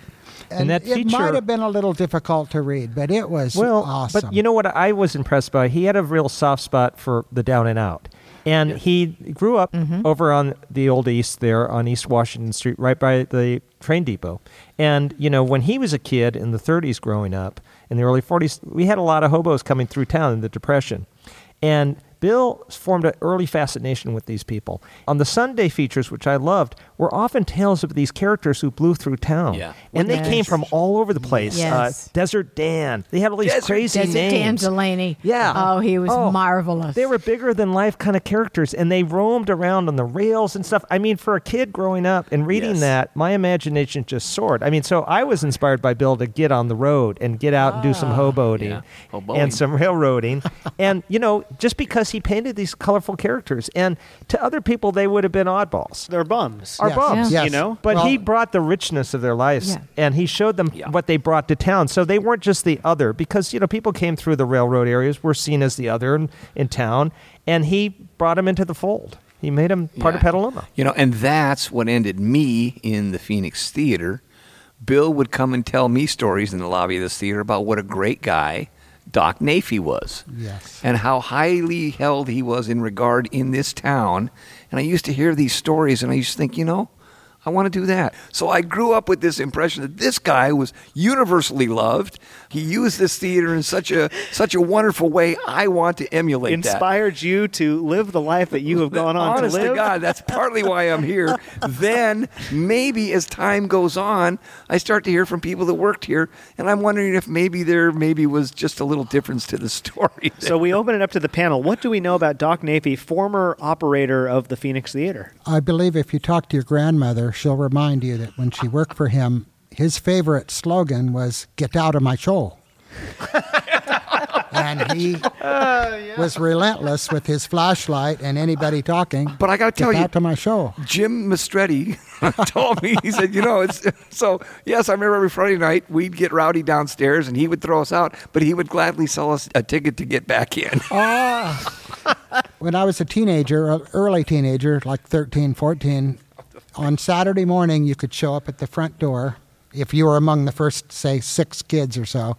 F: And, that
D: it
F: feature
D: might have been a little difficult to read, but it was
F: well,
D: awesome.
F: But you know what I was impressed by? He had a real soft spot for the down and out. And he grew up
E: Mm-hmm.
F: over on the old east there on East Washington Street, right by the train depot. And, you know, when he was a kid in the 30s growing up, in the early 40s, we had a lot of hobos coming through town in the Depression. And Bill formed an early fascination with these people. On the Sunday features, which I loved, were often tales of these characters who blew through town.
C: Yeah.
F: And they
E: Yes.
F: came from all over the place.
E: Yes.
F: Uh, Desert Dan. They had all these
C: Desert-
F: crazy
E: Desert
F: names.
E: Dan Delaney.
F: Yeah.
E: Oh, he was
F: Oh,
E: marvelous.
F: They were bigger than life kind of characters and they roamed around on the rails and stuff. I mean, for a kid growing up and reading
C: Yes.
F: that, my imagination just soared. I mean, so I was inspired by Bill to get on the road and get out and do some hoboing
C: Ah, Yeah. Hoboing.
F: and
C: [laughs]
F: some railroading. and, you know, just because he painted these colorful characters. And to other people, they would have been oddballs.
B: They're bums.
F: Or
D: Yes.
F: bums,
D: Yes.
B: you know?
F: But
D: Well-
F: he brought the richness of their lives,
E: Yeah.
F: and he showed them
C: Yeah.
F: what they brought to town. So they weren't just the other, because you know people came through the railroad areas were seen as the other in, in town, and he brought them into the fold. He made them part of
C: Yeah.
F: Petaluma.
C: You know, and that's what ended me in the Phoenix Theater. Bill would come and tell me stories in the lobby of this theater about what a great guy Doc Nafee was.
D: Yes.
C: And how highly held he was in regard in this town. And I used to hear these stories and I used to think, you know, I want to do that. So I grew up with this impression that this guy was universally loved. He used this theater in such a such a wonderful way. I want to emulate that.
B: Inspired you to live the life that you have gone on
C: Honest
B: to live.
C: God, that's partly why I'm here. then maybe as time goes on, I start to hear from people that worked here, and I'm wondering if maybe there maybe was just a little difference to the [laughs] story.
B: So we open it up to the panel. What do we know about Doc Napy, former operator of the Phoenix Theater?
D: I believe if you talk to your grandmother, she'll remind you that when she worked for him, his favorite slogan was "Get out of my
F: [laughs]
D: show." and he
F: Oh,
D: was relentless with his flashlight and anybody talking.
C: But I gotta
D: "Get
C: tell you-
D: out to my show.
C: Jim Mastretti [laughs] told me, he said, you know, it's so, yes, I remember every Friday night we'd get rowdy downstairs and he would throw us out, but he would gladly sell us a ticket to get back [laughs] in.
D: when I was a teenager, a early teenager, like 13, 14, on Saturday morning, you could show up at the front door if you were among the first, say, six kids or so,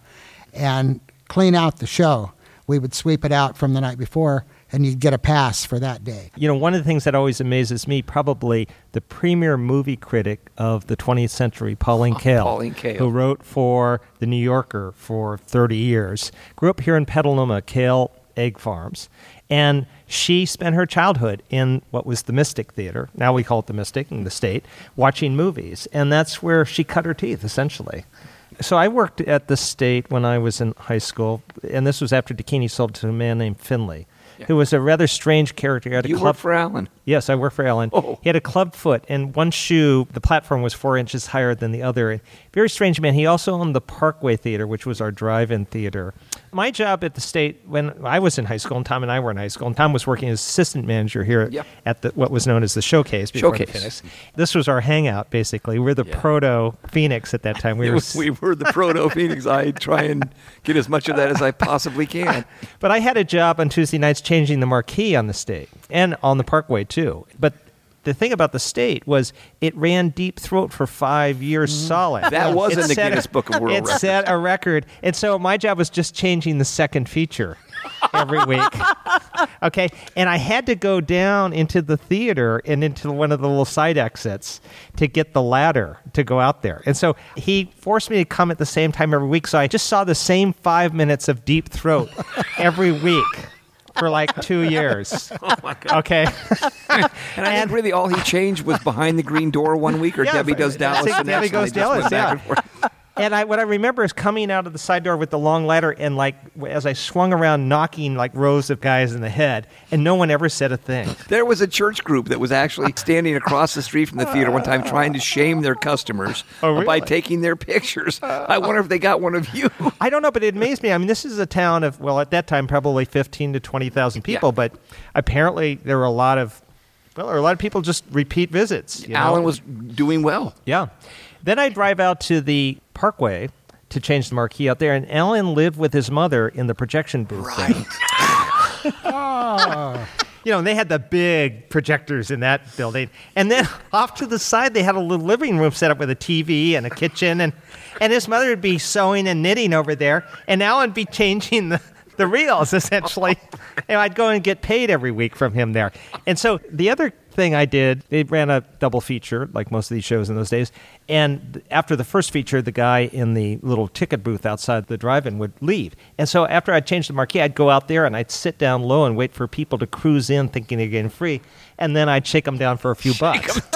D: and clean out the show. We would sweep it out from the night before, and you'd get a pass for that day.
F: You know, one of the things that always amazes me, probably the premier movie critic of the 20th century, Pauline Kael,
C: Oh, Pauline Kael.
F: who wrote for The New Yorker for 30 years, grew up here in Petaluma, Kael Egg Farms, and she spent her childhood in what was the Mystic Theater. Now we call it the Mystic in the state, watching movies, and that's where she cut her teeth, essentially. So I worked at the state when I was in high school, and this was after Dakini sold to a man named Finley. Who was a rather strange character? He had a
C: you work
F: club-
C: for Alan.
F: Yes, I work for Allen.
C: Oh.
F: He had a club foot, and one shoe, the platform was four inches higher than the other. Very strange man. He also owned the Parkway Theater, which was our drive in theater. My job at the state, when I was in high school, and Tom and I were in high school, and Tom was working as assistant manager here at-
C: Yep.
F: at the, what was known as the Showcase before the
C: Showcase.
F: Phoenix. This was our hangout, basically. We were the
C: Yeah.
F: proto Phoenix at that time. We were.
C: [laughs] We were the proto Phoenix. I try and get as much of that as I possibly [laughs] can.
F: But I had a job on Tuesday nights changing the marquee on the state and on the Parkway too. But the thing about the state was it ran deep throat for five years solid.
C: Mm-hmm. That was
F: It
C: in the
F: set
C: Guinness Book of World
F: It
C: Records.
F: set a record, and so my job was just changing the second feature every week. Okay, and I had to go down into the theater and into one of the little side exits to get the ladder to go out there. And so he forced me to come at the same time every week. So I just saw the same five minutes of deep throat every week for like two years. Oh my god. Okay.
C: And I think really all he changed was behind the green door one week, or
F: [laughs] Yeah,
C: Debbie does
F: that's
C: Dallas.
F: it,
C: and
F: Debbie
C: that's when they
F: Goes
C: just went
F: Dallas, yeah.
C: back and forth.
F: And I, what I remember is coming out of the side door with the long ladder, and like as I swung around, knocking like rows of guys in the head, and no one ever said a thing.
C: There was a church group that was
F: [laughs]
C: actually standing across the street from the theater one time, trying to shame their customers
F: Oh, really? Uh,
C: by taking their pictures. I wonder if they got one of you.
F: [laughs] I don't know, but it amazed me. I mean, this is a town of well, at that time probably fifteen to twenty thousand people,
C: Yeah.
F: but apparently there were a lot of well, there were a lot of people just repeat visits. you know?
C: Alan was doing well.
F: yeah. Then I drive out to the Parkway to change the marquee out there, and Alan lived with his mother in the projection booth. Right. [laughs] You know, and they had the big projectors in that building. And then [laughs] off to the side, they had a little living room set up with a TV and a kitchen. And, and his mother would be sewing and knitting over there. And Alan would be changing the, the reels essentially. and I'd go and get paid every week from him there. And so the other thing I did, they ran a double feature like most of these shows in those days. And after the first feature, the guy in the little ticket booth outside the drive-in would leave. And so after I changed the marquee, I'd go out there and I'd sit down low and wait for people to cruise in thinking they're getting free. And then I'd shake them down for a few bucks. [laughs]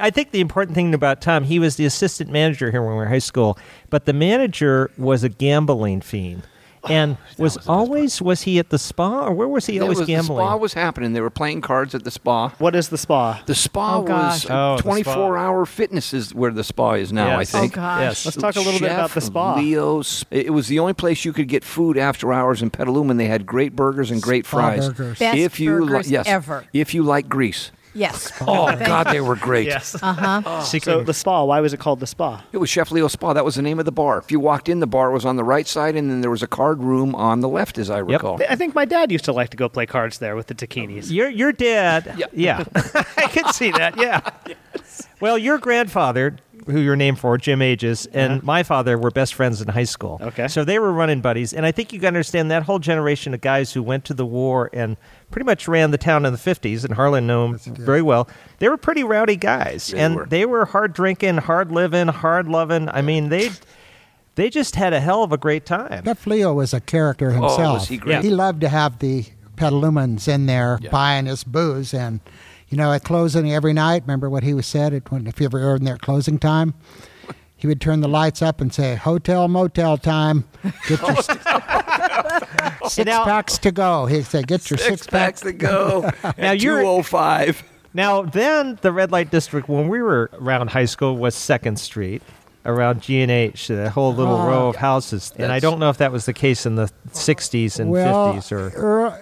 F: I think the important thing about Tom, he was the assistant manager here when we were in high school, but the manager was a gambling fiend.
C: Oh,
F: And was, always was he at the spa or where was he always
C: was, the
F: gambling?
C: spa was happening. They were playing cards at the spa.
B: What is the spa?
C: The spa
E: Oh,
C: was
E: gosh.
F: Oh, the spa.
C: 24 hour fitness is where the spa is now,
F: Yes.
C: I
E: Oh,
C: think.
E: gosh.
F: Yes.
B: Let's talk a little bit about the
C: Chef
B: spa.
C: Leo's. It was the only place you could get food after hours in Petaluma, and they had great burgers and great
D: Spa
C: fries.
D: burgers.
E: Best
C: if you li-
E: burgers
C: yes,
E: ever.
C: If you like grease.
F: [laughs]
E: Yes.
C: Oh God, they were great.
E: [laughs]
C: Oh.
F: Uh-huh.
B: So the spa. Why was it called the spa?
C: It was Chef Leo's Spa. That was the name of the bar. If you walked in, the bar was on the right side, and then there was a card room on the left, as I recall.
B: I think my dad used to like to go play cards there with the taquinis.
F: Your your dad.
C: Yeah.
F: Yeah. [laughs] I can see that. Yeah. Well, your grandfather, who you're named for, Jim Ages, and
C: Uh-huh.
F: my father were best friends in high school.
B: Okay.
F: So they were running buddies. And I think you can understand that whole generation of guys who went to the war and pretty much ran the town in the 50s, and Harlan knew them very well. They were pretty rowdy guys.
C: They
F: and
C: were.
F: they were hard drinking, hard living, hard loving. I mean, they. They just had a hell of a great time.
D: Jeff Leo was a character himself.
C: was he great.
F: Yeah.
D: He loved to have the Petalumans in there
C: Yeah.
D: buying his booze. And, you know, at closing every night, remember what he was said at, when, if you ever heard in their closing time? He would turn the lights up and say, Hotel, motel time. Get [laughs] your six
F: now-
D: packs to go. He'd say, Get your six, packs.
C: to go.
F: Now
C: at
F: you're-
C: 205.
F: Now, then the red light district when we were around high school was Second Street around G and H, the whole little
D: Ah,
F: row of houses. And I
C: That's-
F: don't know if that was the case in the '60s and
D: Well,
F: '50s or
D: er,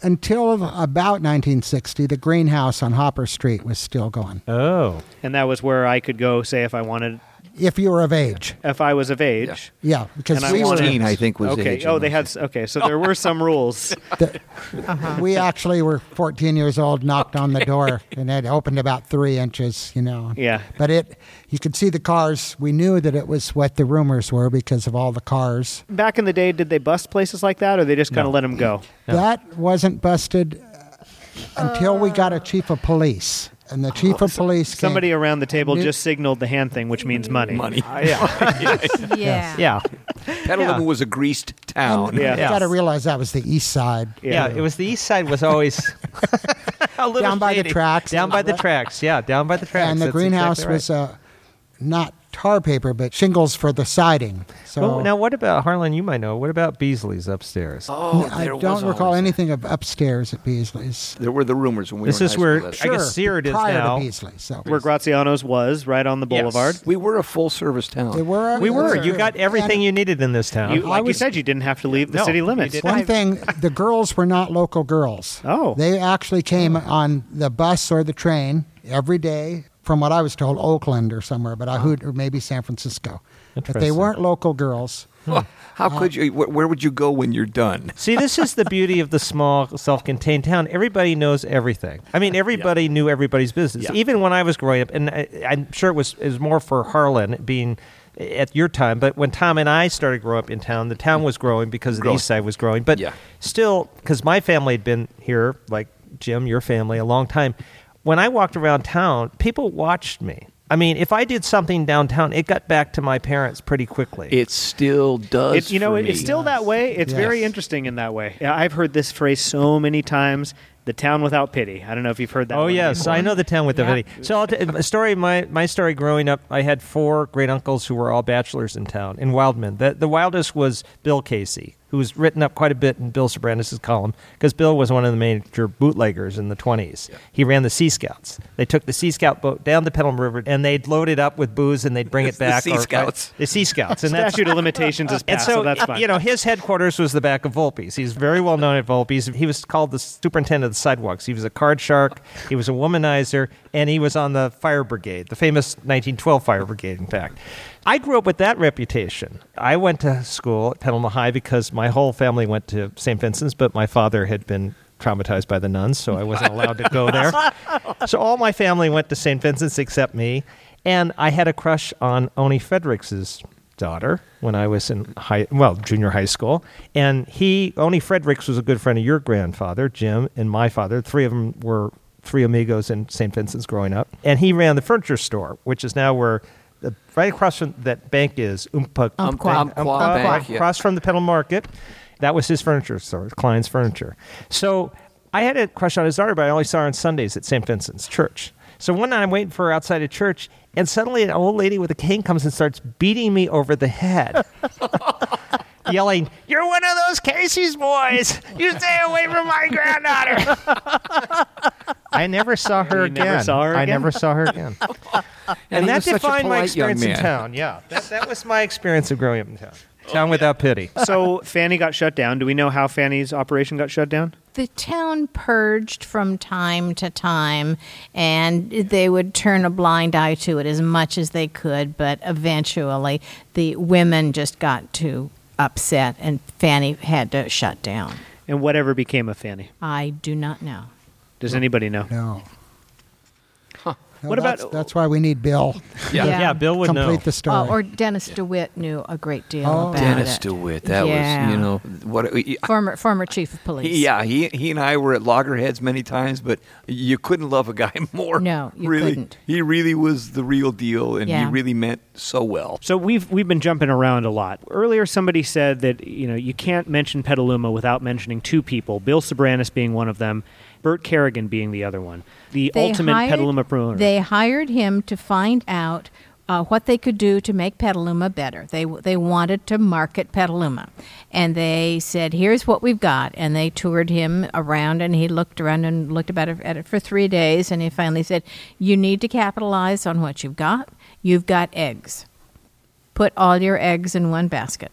D: until about 1960, the greenhouse on Hopper Street was still going,
F: oh,
B: And that was where I could go, say, if I wanted,
D: if you were of age.
B: if I was of age.
C: Yeah.
D: Yeah, because
B: And I
D: we were,
B: wanted-
C: 16, I think, was the
B: Okay.
C: age
B: Oh,
C: on
B: they
C: those.
B: had. s- Okay, so there were some rules.
F: [laughs]
D: we actually were 14 years old, knocked on the door, and it opened about three inches, you know.
B: Yeah.
D: But it, you could see the cars. We knew that it was what the rumors were because of all the cars.
B: Back in the day, did they bust places like that, or they just kind
F: No.
B: of let 'em let them go?
D: That wasn't busted uh, until we got a chief of police, and the chief of police came.
B: Somebody around the table
D: New-
B: just signaled the hand thing, which means money.
C: Money.
E: Yeah.
F: yeah.
C: Petaluma
F: Yeah.
C: was a greased
D: and
C: town.
B: Yeah.
D: You got to realize that was the east side.
F: yeah,
B: Yeah.
F: It was the East Side was always [laughs] a little
D: Down by the
F: shady.
D: tracks.
F: down by the tracks. Yeah, down by the tracks.
D: And the
F: That's
D: greenhouse
F: exactly right.
D: was uh, not tar paper, but shingles for the siding. So
F: Well, now what about Harlan? You might know. What about Beasley's upstairs?
C: Oh,
D: I
C: there was
D: don't recall
C: always-
D: anything of upstairs at Beasley's.
C: There were the rumors when we
F: This
C: were in
F: is
C: high
F: where-
C: school, that's-
F: I guess Seared is
D: prior
F: now.
D: to Beasley. So
B: Where Graziano's was, right on the
F: Yes.
B: boulevard.
C: we were a full service town.
D: They were.
F: we were.
D: they
F: You got everything you needed in this town.
B: You,
D: I
B: like you
D: was-
B: said, you didn't have to leave the
F: No,
B: city
F: you
B: limits.
F: didn't.
D: One thing, the girls were not local girls.
B: Oh.
D: They actually came on the bus or the train every day from what I was told, Oakland or somewhere, but I who'd, or maybe San Francisco. But they
F: Interesting.
D: weren't local girls.
C: Well, [laughs] How could you? Where, where would you go when you're done?
F: See, this is the beauty of the small, self-contained town. Everybody knows everything. I mean, everybody knew everybody's business.
C: Yeah.
F: Even when I was growing up, and I, I'm sure it was it was more for Harlan being at your time. But when Tom and I started growing up in town, the town was growing because the
C: Growing.
F: east side was growing. But
C: Yeah.
F: still, because my family had been here, like Jim, your family, a long time. When I walked around town, people watched me. I mean, if I did something downtown, it got back to my parents pretty quickly.
C: It still does.
B: It, you know,
C: for
B: it- it's
C: me.
B: still that way. It's
D: Yes.
B: very interesting in that way. Yeah, I've heard this phrase so many times: "The town without pity." I don't know if you've heard that.
F: Oh
B: one
F: yes,
B: before.
F: I know the town with the
E: Yeah.
F: video. So I'll t- a story. My my story growing up. I had four great uncles who were all bachelors in town in Wildman. The the wildest was Bill Casey, who was written up quite a bit in Bill Sobrandis' column because Bill was one of the major bootleggers in the twenties. He ran the Sea Scouts. They took the Sea Scout boat down the Petaluma River and they'd load it up with booze and they'd bring it
C: the
F: back.
C: Sea
F: or-
C: Scouts.
F: the Sea
B: [laughs]
F: Scouts, and that's
B: Statute of limitations is
F: [laughs] and uh,
B: passed, so, that's fine.
F: you know, his headquarters was the back of Volpe's. He's very well known at Volpe's. He was called the superintendent of the sidewalks. He was a card shark. He was a womanizer, and he was on the fire brigade, the famous 1912 fire brigade. In fact, I grew up with that reputation. I went to school at Petaluma High because my whole family went to St. Vincent's, but my father had been traumatized by the nuns, so I wasn't allowed to go
B: [laughs]
F: there. So all my family went to St. Vincent's except me, and I had a crush on Oni Fredericks' daughter when I was in high, well, junior high school. And he, Oni Fredericks, was a good friend of your grandfather, Jim, and my father. The three of them were three amigos in St. Vincent's growing up. And he ran the furniture store, which is now where, the, right across from that bank is Umpqua.
E: Umpqua.
C: Umpqua
E: Umpqua.
C: Bank, yeah.
F: Across from the Pedal Market. That was his furniture store, Klein's Furniture. So I had a crush on his daughter, but I only saw her on Sundays at St. Vincent's Church. So one night I'm waiting for her outside of church, and suddenly an old lady with a cane comes and starts beating me over the head, [laughs] yelling, You're one of those Casey's boys. You stay away from my granddaughter. [laughs] I never saw her
B: You
F: again.
B: never saw her
F: I
B: again?
F: never saw her again. And,
C: he
F: that
C: was such a
F: defined my
C: polite young
F: experience in
C: man.
F: town. Yeah, that, that was my experience of growing up in town. Town without [laughs] pity.
B: so Fanny got shut down. Do we know how Fanny's operation got shut down?
E: the town purged from time to time, and they would turn a blind eye to it as much as they could, but eventually the women just got too upset, and Fanny had to shut down.
B: And whatever became of Fanny?
E: I do not know.
B: Does anybody know?
D: No. No,
B: What about-
D: that's, that's why we need Bill. [laughs]
C: Yeah.
E: Yeah.
F: Yeah, Bill would
D: Complete
F: know.
D: the story.
E: Uh, or Dennis DeWitt knew a great deal
D: Oh.
E: about
C: Dennis
E: it.
C: DeWitt. That
E: Yeah.
C: was, you know, what.
E: former former chief of police.
C: He, yeah, he he and I were at loggerheads many times, but you couldn't love a guy [laughs] more.
E: No, you
C: really,
E: couldn't.
C: He really was the real deal, and
E: Yeah.
C: he really meant so well.
B: So we've we've been jumping around a lot. Earlier, somebody said that you know you can't mention Petaluma without mentioning two people, Bill Sobranis being one of them, Bert Kerrigan being the other one. The
E: They
B: ultimate
E: hired-
B: Petaluma promoter.
E: They hired him to find out uh, what they could do to make Petaluma better. They they wanted to market Petaluma, and they said, "Here's what we've got." And they toured him around, and he looked around and looked about it, at it for three days, and he finally said, "You need to capitalize on what you've got. You've got eggs." put all your eggs in one basket.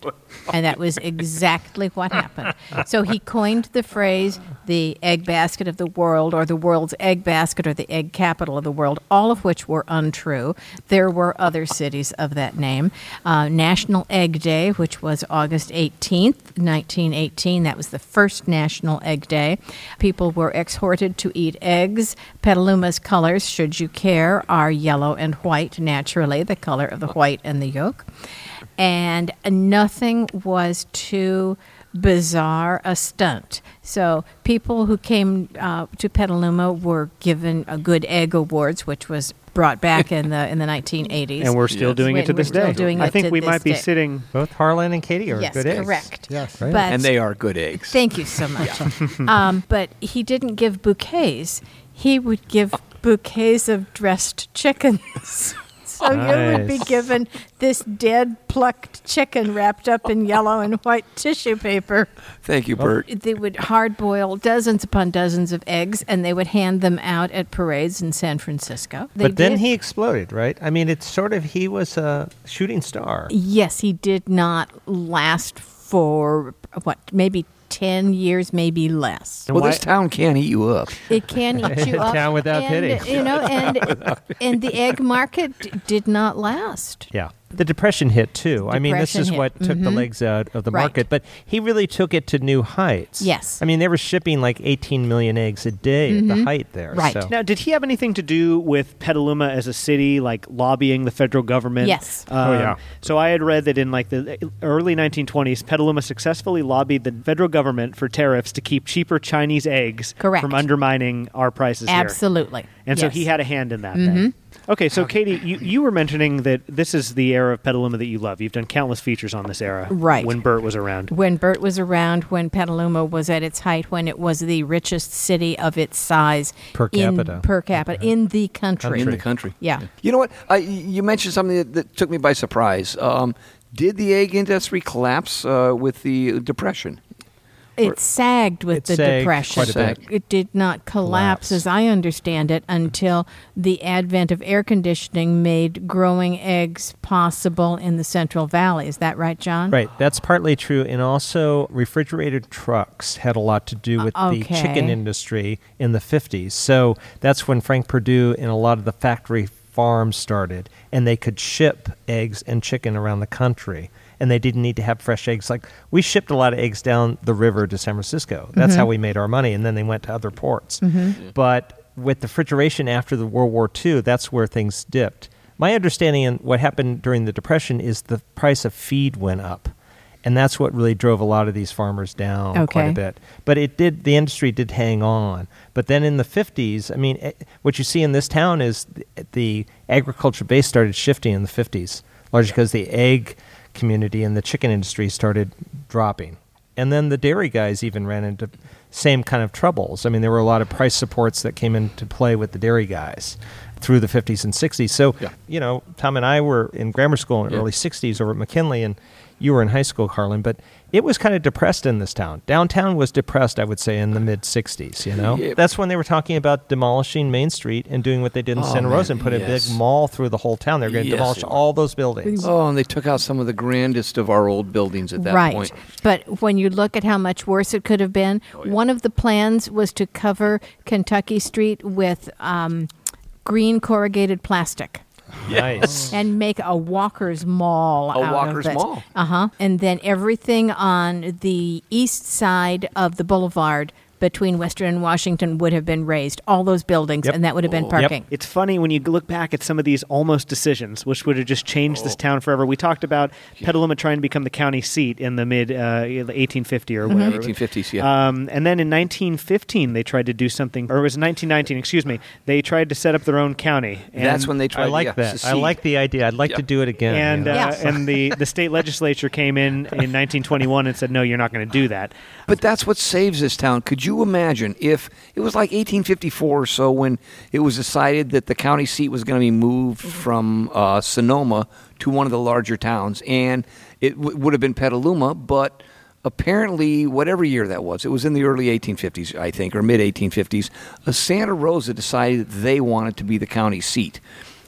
E: And that was exactly what happened. So he coined the phrase the egg basket of the world, or the world's egg basket, or the egg capital of the world, all of which were untrue. There were other cities of that name. Uh, National Egg Day, which was August 18th, 1918, that was the first National Egg Day. People were exhorted to eat eggs. Petaluma's colors, should you care, are yellow and white naturally, the color of the white and the yolk. And nothing was too bizarre a stunt. So people who came uh, to Petaluma were given a good egg awards, which was brought back in the in the 1980s.
B: and we're still
C: Yes.
B: doing
E: We're-
B: it to this
E: we're still
B: day.
E: doing
B: I
E: it
B: think
E: to
B: we
E: this
B: might be
E: day.
B: sitting.
F: Both Harlan and Katie are
E: yes,
F: good eggs.
E: correct.
D: Yes.
F: Right.
E: But
C: and they are good eggs.
E: Thank you so much. um, but he didn't give bouquets. He would give bouquets of dressed chickens. [laughs] so you would be
F: Nice.
E: given this dead plucked chicken wrapped up in yellow and white tissue paper.
C: Thank you, Bert.
E: They would hard boil dozens upon dozens of eggs and they would hand them out at parades in San Francisco. They
F: but then
E: did-
F: he exploded, right? I mean, it's sort of he was a shooting star.
E: Yes, he did not last for what, maybe 10 years, maybe less.
B: and
C: well,
B: why-
C: this town can't eat you up.
E: It
F: [laughs]
E: can eat you up.
F: Town without
E: and,
F: pity.
E: You
F: [laughs]
E: know, and and the egg market d- did not last.
F: Yeah. The depression hit too. I mean, this
E: Depression
F: is
E: hit. Mm-hmm.
F: what took the legs out of the
E: Right.
F: market, but he really took it to new heights.
E: Yes. Mm-hmm.
F: I mean, they were shipping like 18 million eggs a day at the height there.
E: Right.
F: So.
B: Now, did he have anything to do with Petaluma as a city, like lobbying the federal government?
E: Yes.
B: Um,
F: Oh, yeah.
B: So I had read that in like the early 1920s, Petaluma successfully lobbied the federal government for tariffs to keep cheaper Chinese eggs
E: Correct.
B: from undermining our prices. here.
E: Absolutely.
B: And so
E: Yes. Mm-hmm.
B: he had a hand in that. Then. Okay, so Katie, you, you were mentioning that this is the era of Petaluma that you love. You've done countless features on this era,
E: Right.
B: When Bert was around,
E: when Bert was around, when Petaluma was at its height, when it was the richest city of its size
F: Per
E: in-
F: capita.
E: per capita in the country.
C: in the country.
E: Yeah.
C: You know what? I, you mentioned something that, that took me by surprise. Um, did the egg industry collapse uh, with the depression?
E: It sagged with
F: It
E: the
F: sagged
E: depression.
F: quite a bit.
E: It did not collapse,
F: Collapse.
E: as I understand it, until the advent of air conditioning made growing eggs possible in the Central Valley. Is that right, John?
F: Right, that's partly true, and also refrigerated trucks had a lot to do with the
E: Okay.
F: chicken industry in the '50s. So that's when Frank Perdue and a lot of the factory farms started, and they could ship eggs and chicken around the country, and they didn't need to have fresh eggs. Like we shipped a lot of eggs down the river to San Francisco. That's how we made our money, and then they went to other ports. But with the refrigeration after the World War II, that's where things dipped. My understanding and what happened during the Depression is the price of feed went up. And that's what really drove a lot of these farmers down quite
E: Okay.
F: a bit. But it did, the industry did hang on. But then in the 50s, I mean, eh, what you see in this town is th- eh, the agriculture base started shifting in the 50s, largely because the egg community and the chicken industry started dropping. And then the dairy guys even ran into same kind of troubles. I mean, there were a lot of price supports that came into play with the dairy guys through the 50s and 60s. So,
C: Yeah.
F: you know, Tom and I were in grammar school in the
C: Yeah.
F: early 60s over at McKinley, and you were in high school, Harlan, but it was kind of depressed in this town. Downtown was depressed, I would say, in the mid 60s, you know?
C: Yeah.
F: That's when they were talking about demolishing Main Street and doing what they did in
C: Oh,
F: Santa
C: man,
F: Rosa and put a
C: yes.
F: big mall through the whole town. They're going to
C: Yes,
F: demolish
C: they were.
F: all those buildings.
C: Oh, and they took out some of the grandest of our old buildings at that
E: right.
C: point. Oh,
E: But when you look at how much worse it could have been, one of the plans was to cover Kentucky Street with um, green corrugated plastic
C: [laughs]
F: Nice.
E: and make a walkers mall
C: A
E: out
C: walkers
E: of it.
C: mall.
E: uh-huh and then everything on the east side of the boulevard between western and washington would have been raised all those buildings
F: Yep.
E: and that would have been
C: Oh.
E: parking
B: It's funny when you look back at some of these almost decisions, which would have just changed
C: Oh.
B: this town forever. We talked about Petaluma trying to become the county seat in the mid uh, 1850 or whatever.
C: 1850s, Mm-hmm. yeah.
B: Um, and then in 1915, they tried to do something, or it was 1919, excuse me. They tried to set up their own county. And
C: That's when they
F: I
C: tried
F: like
C: yeah,
F: that. I
C: secede.
F: like the idea. I'd like
C: Yeah.
F: to do it again. you
B: and
F: know?
E: Yeah.
B: uh, and the, the state legislature came in in 1921 and said, no, you're not going to do that.
C: But that's what saves this town. Could you imagine if it was like 1854 or so when it was decided that the county seat was going to be moved from uh, Sonoma to one of the larger towns? And it w- would have been Petaluma, but apparently, whatever year that was, it was in the early 1850s, I think, or mid 1850s, uh, Santa Rosa decided that they wanted to be the county seat.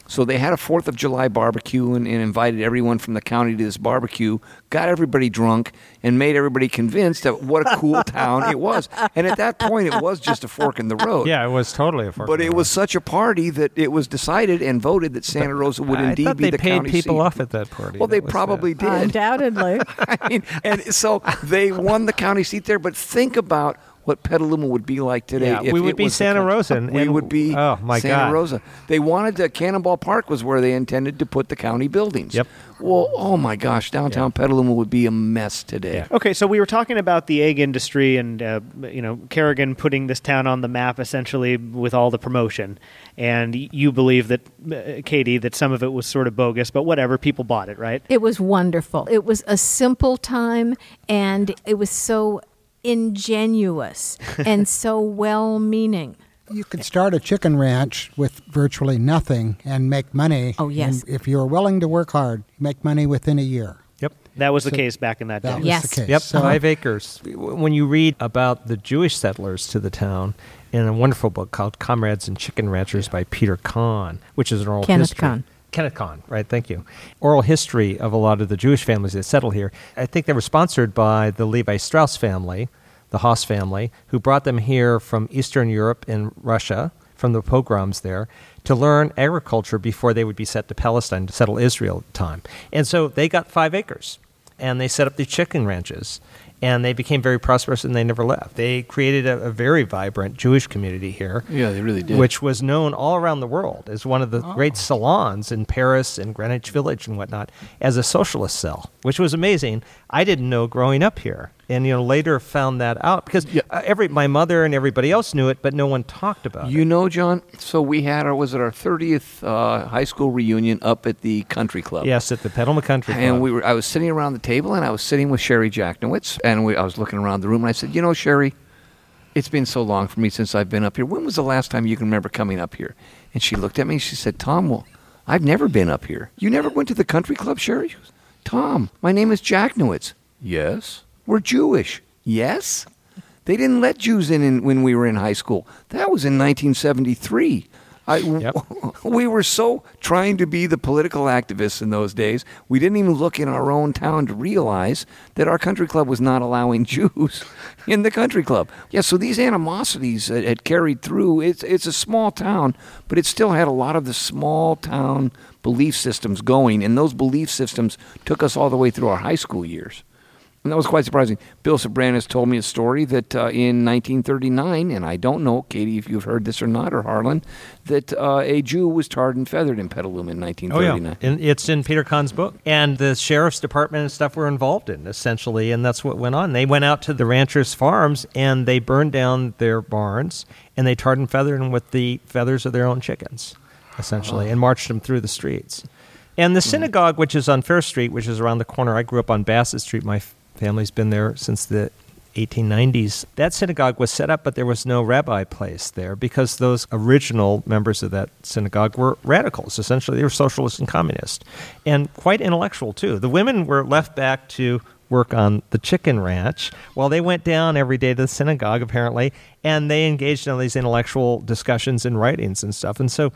C: So they had a Fourth of July barbecue and, and invited everyone from the county to this barbecue, got everybody drunk, and made everybody convinced that what a cool town it was. And at that point, it was just a fork in the road.
F: yeah, it was totally a fork
C: But
F: in
C: it
F: the
C: was
F: road.
C: such a party that it was decided and voted that Santa Rosa would
F: I
C: indeed
F: thought
C: be
F: they
C: the
F: paid
C: county
F: people
C: seat.
F: off at that party.
C: Well,
F: That
C: they
F: was the-
C: probably
E: Uh,
C: did.
E: undoubtedly
C: I mean, and so they won the county seat there. But think about what Petaluma would be like today.
F: Yeah,
C: if
F: we would
C: it
F: be
C: was the
F: Santa
C: county-
F: Rosa and-
C: we
F: and-
C: would be
F: oh, my
C: Santa
F: God.
C: Rosa. They wanted to. Cannonball Park was where they intended to put the county buildings.
F: Yep.
C: Well, oh my gosh, downtown Petaluma would be a mess today.
F: Yeah.
B: Okay, so we were talking about the egg industry and uh, you know Kerrigan putting this town on the map essentially with all the promotion, and y- you believe that uh, Katie that some of it was sort of bogus, but whatever, people bought it, right?
E: It was wonderful. It was a simple time and it was so ingenuous and so well meaning.
D: You could start a chicken ranch with virtually nothing and make money.
E: Oh, yes.
D: And if you were willing to work hard, make money within a year.
F: Yep.
B: That was the case back in that
D: That
B: day.
D: was
E: Yes.
D: the case.
F: Yep,
D: So-
F: five acres. When you read about the Jewish settlers to the town in a wonderful book called Comrades and Chicken Ranchers by Peter Kahn, which is an oral
E: Kenneth
F: history.
E: Kahn.
F: Kenneth Kahn, right, thank you. Oral history of a lot of the Jewish families that settled here. I think they were sponsored by the Levi Strauss family, the Haas family, who brought them here from Eastern Europe and Russia, from the pogroms there, to learn agriculture before they would be sent to Palestine to settle Israel at the time. And so they got five acres and they set up these chicken ranches and they became very prosperous and they never left. They created a, a very vibrant Jewish community here.
C: Yeah, they really did.
F: Which was known all around the world as one of the great salons in Paris and Greenwich Village and whatnot as a socialist cell, which was amazing. I didn't know growing up here. And you know later found that out because uh, every my mother and everybody else knew it, but no one talked about it.
C: Uh, You know, John. So we had our was it our thirtieth uh, high school reunion up at the country club.
F: Yes, at the Petaluma Country Club.
C: And we were I was sitting around the table and I was sitting with Sherry Jacknowitz and we, I was looking around the room and I said, "You know, Sherry, it's been so long for me since I've been up here. When was the last time you can remember coming up here?" And she looked at me and she said, "Tom, well, I've never been up here. You never went to the country club, Sherry?" She goes, "Tom, my name is Jacknowitz." "Yes." "We're Jewish." "Yes." They didn't let Jews in, in when we were in high school. That was in 1973. I, [laughs]
F: Yep.
C: we were so trying to be the political activists in those days, we didn't even look in our own town to realize that our country club was not allowing [laughs] Jews in the country club. Yeah, so these animosities had, had carried through. It's, it's a small town, but it still had a lot of the small town belief systems going, and those belief systems took us all the way through our high school years. And that was quite surprising. Bill Sobranis told me a story that uh, in 1939, and I don't know, Katie, if you've heard this or not, or Harlan, that uh, a Jew was tarred and feathered in
F: Oh,
C: Petaluma in 1939.
F: And it's in Peter Kahn's book. And the sheriff's department and stuff were involved in, essentially. And that's what went on. They went out to the ranchers' farms and they burned down their barns and they tarred and feathered them with the feathers of their own chickens, essentially, and marched them through the streets. And the synagogue, which is on Fair Street, which is around the corner, I grew up on Bassett Street. My f- family's been there since the 1890s. That synagogue was set up, but there was no rabbi placed there because those original members of that synagogue were radicals. Essentially, they were socialists and communists, and quite intellectual too. The women were left back to work on the chicken ranch while they went down every day to the synagogue, apparently, and they engaged in all these intellectual discussions and writings and stuff. And so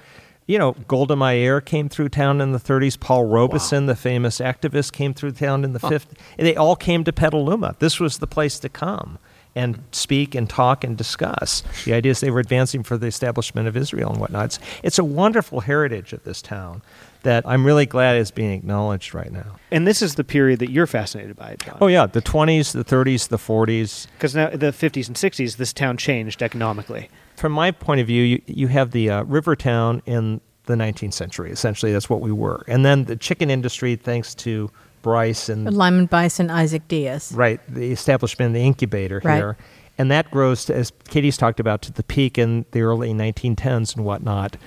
F: you know, Golda Meir came through town in the 30s. Paul Robeson, the famous activist, came through town in the 50s. They all came to Petaluma. This was the place to come and speak and talk and discuss the ideas they were advancing for the establishment of Israel and whatnot. It's, it's a wonderful heritage of this town that I'm really glad is being acknowledged right now.
B: And this is the period that you're fascinated by, John.
F: Oh, yeah, the 20s, the 30s, the 40s.
B: Because now the 50s and 60s, this town changed economically.
F: from my point of view, you, you have the uh, river town in the 19th century. Essentially, that's what we were. And then the chicken industry, thanks to Bryce and
E: Lyman Bison, Isaac Diaz.
F: right the establishment, the incubator
E: Right.
F: here, and that grows to, as Katie's talked about to the peak in the early 1910s and whatnot.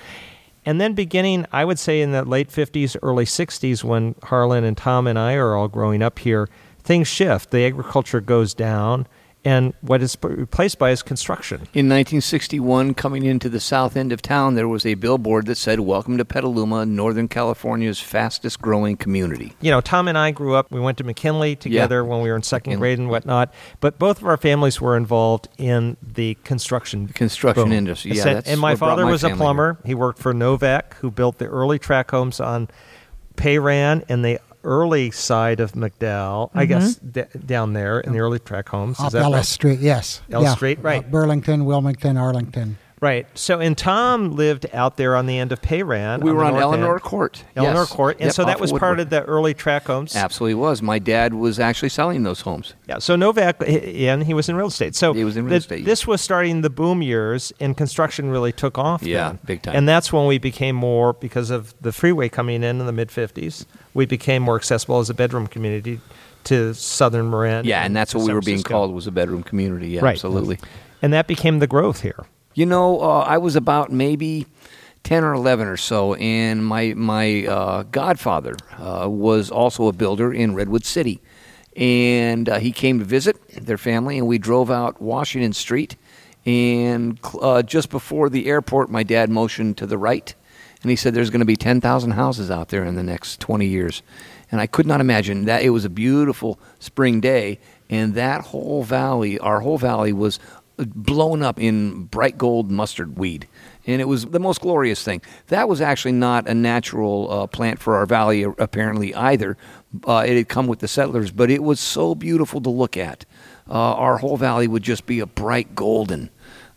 F: And then beginning, I would say in the late 50s, early 60s, when Harlan and Tom and I are all growing up here, things shift. The agriculture goes down, and what is replaced by is construction.
C: In 1961, coming into the south end of town, there was a billboard that said, Welcome to Petaluma, Northern California's fastest growing community.
F: you know, Tom and I grew up. We went to McKinley together
C: Yeah.
F: when we were in second
C: McKinley.
F: grade and whatnot. But both of our families were involved in the construction
C: construction
F: boom.
C: industry, yeah,
F: Essen-
C: that's
F: and my
C: what brought
F: father
C: my
F: was a
C: family
F: plumber. He worked for Novak, who built the early track homes on Payran and the early side of McDowell. I guess d- down there in the early track homes. Is
D: Off
F: that
D: Ellis
F: right?
D: Street, yes.
F: Ellis Street, right.
D: Uh, Burlington, Wilmington, Arlington.
F: Right. So, and Tom lived out there on the end of Payran.
C: We were
F: the
C: on
F: north
C: Eleanor
F: end.
C: Court.
F: Eleanor
C: Yes.
F: Court. And
C: Yep,
F: so
C: off
F: that was part
C: Woodward.
F: of the early track homes.
C: Absolutely was. My dad was actually selling those homes.
F: Yeah. So Novak, and he was in real estate. So
C: He was in real
F: th-
C: estate.
F: This was starting the boom years, and construction really took off.
C: Yeah,
F: then.
C: big time.
F: And that's when we became more because of the freeway coming in in the mid '50s. We became more accessible as a bedroom community to Southern Marin.
C: Yeah, and that's
F: to
C: what we
F: San
C: were being
F: Francisco.
C: called was a bedroom community. Yeah,
F: Right.
C: absolutely.
F: And that became the growth here.
C: You know, uh, I was about maybe ten or eleven or so, and my my uh, godfather uh, was also a builder in Redwood City, and uh, he came to visit their family, and we drove out Washington Street, and cl- uh, just before the airport, my dad motioned to the right, and he said, "There's going to be ten thousand houses out there in the next twenty years." And I could not imagine that it was a beautiful spring day, and that whole valley, our whole valley, was uh, blown up in bright gold mustard weed. And it was the most glorious thing. That was actually not a natural uh, plant for our valley, a- apparently, either. Uh, it had come with the settlers, but it was so beautiful to look at. Uh, our whole valley would just be a bright golden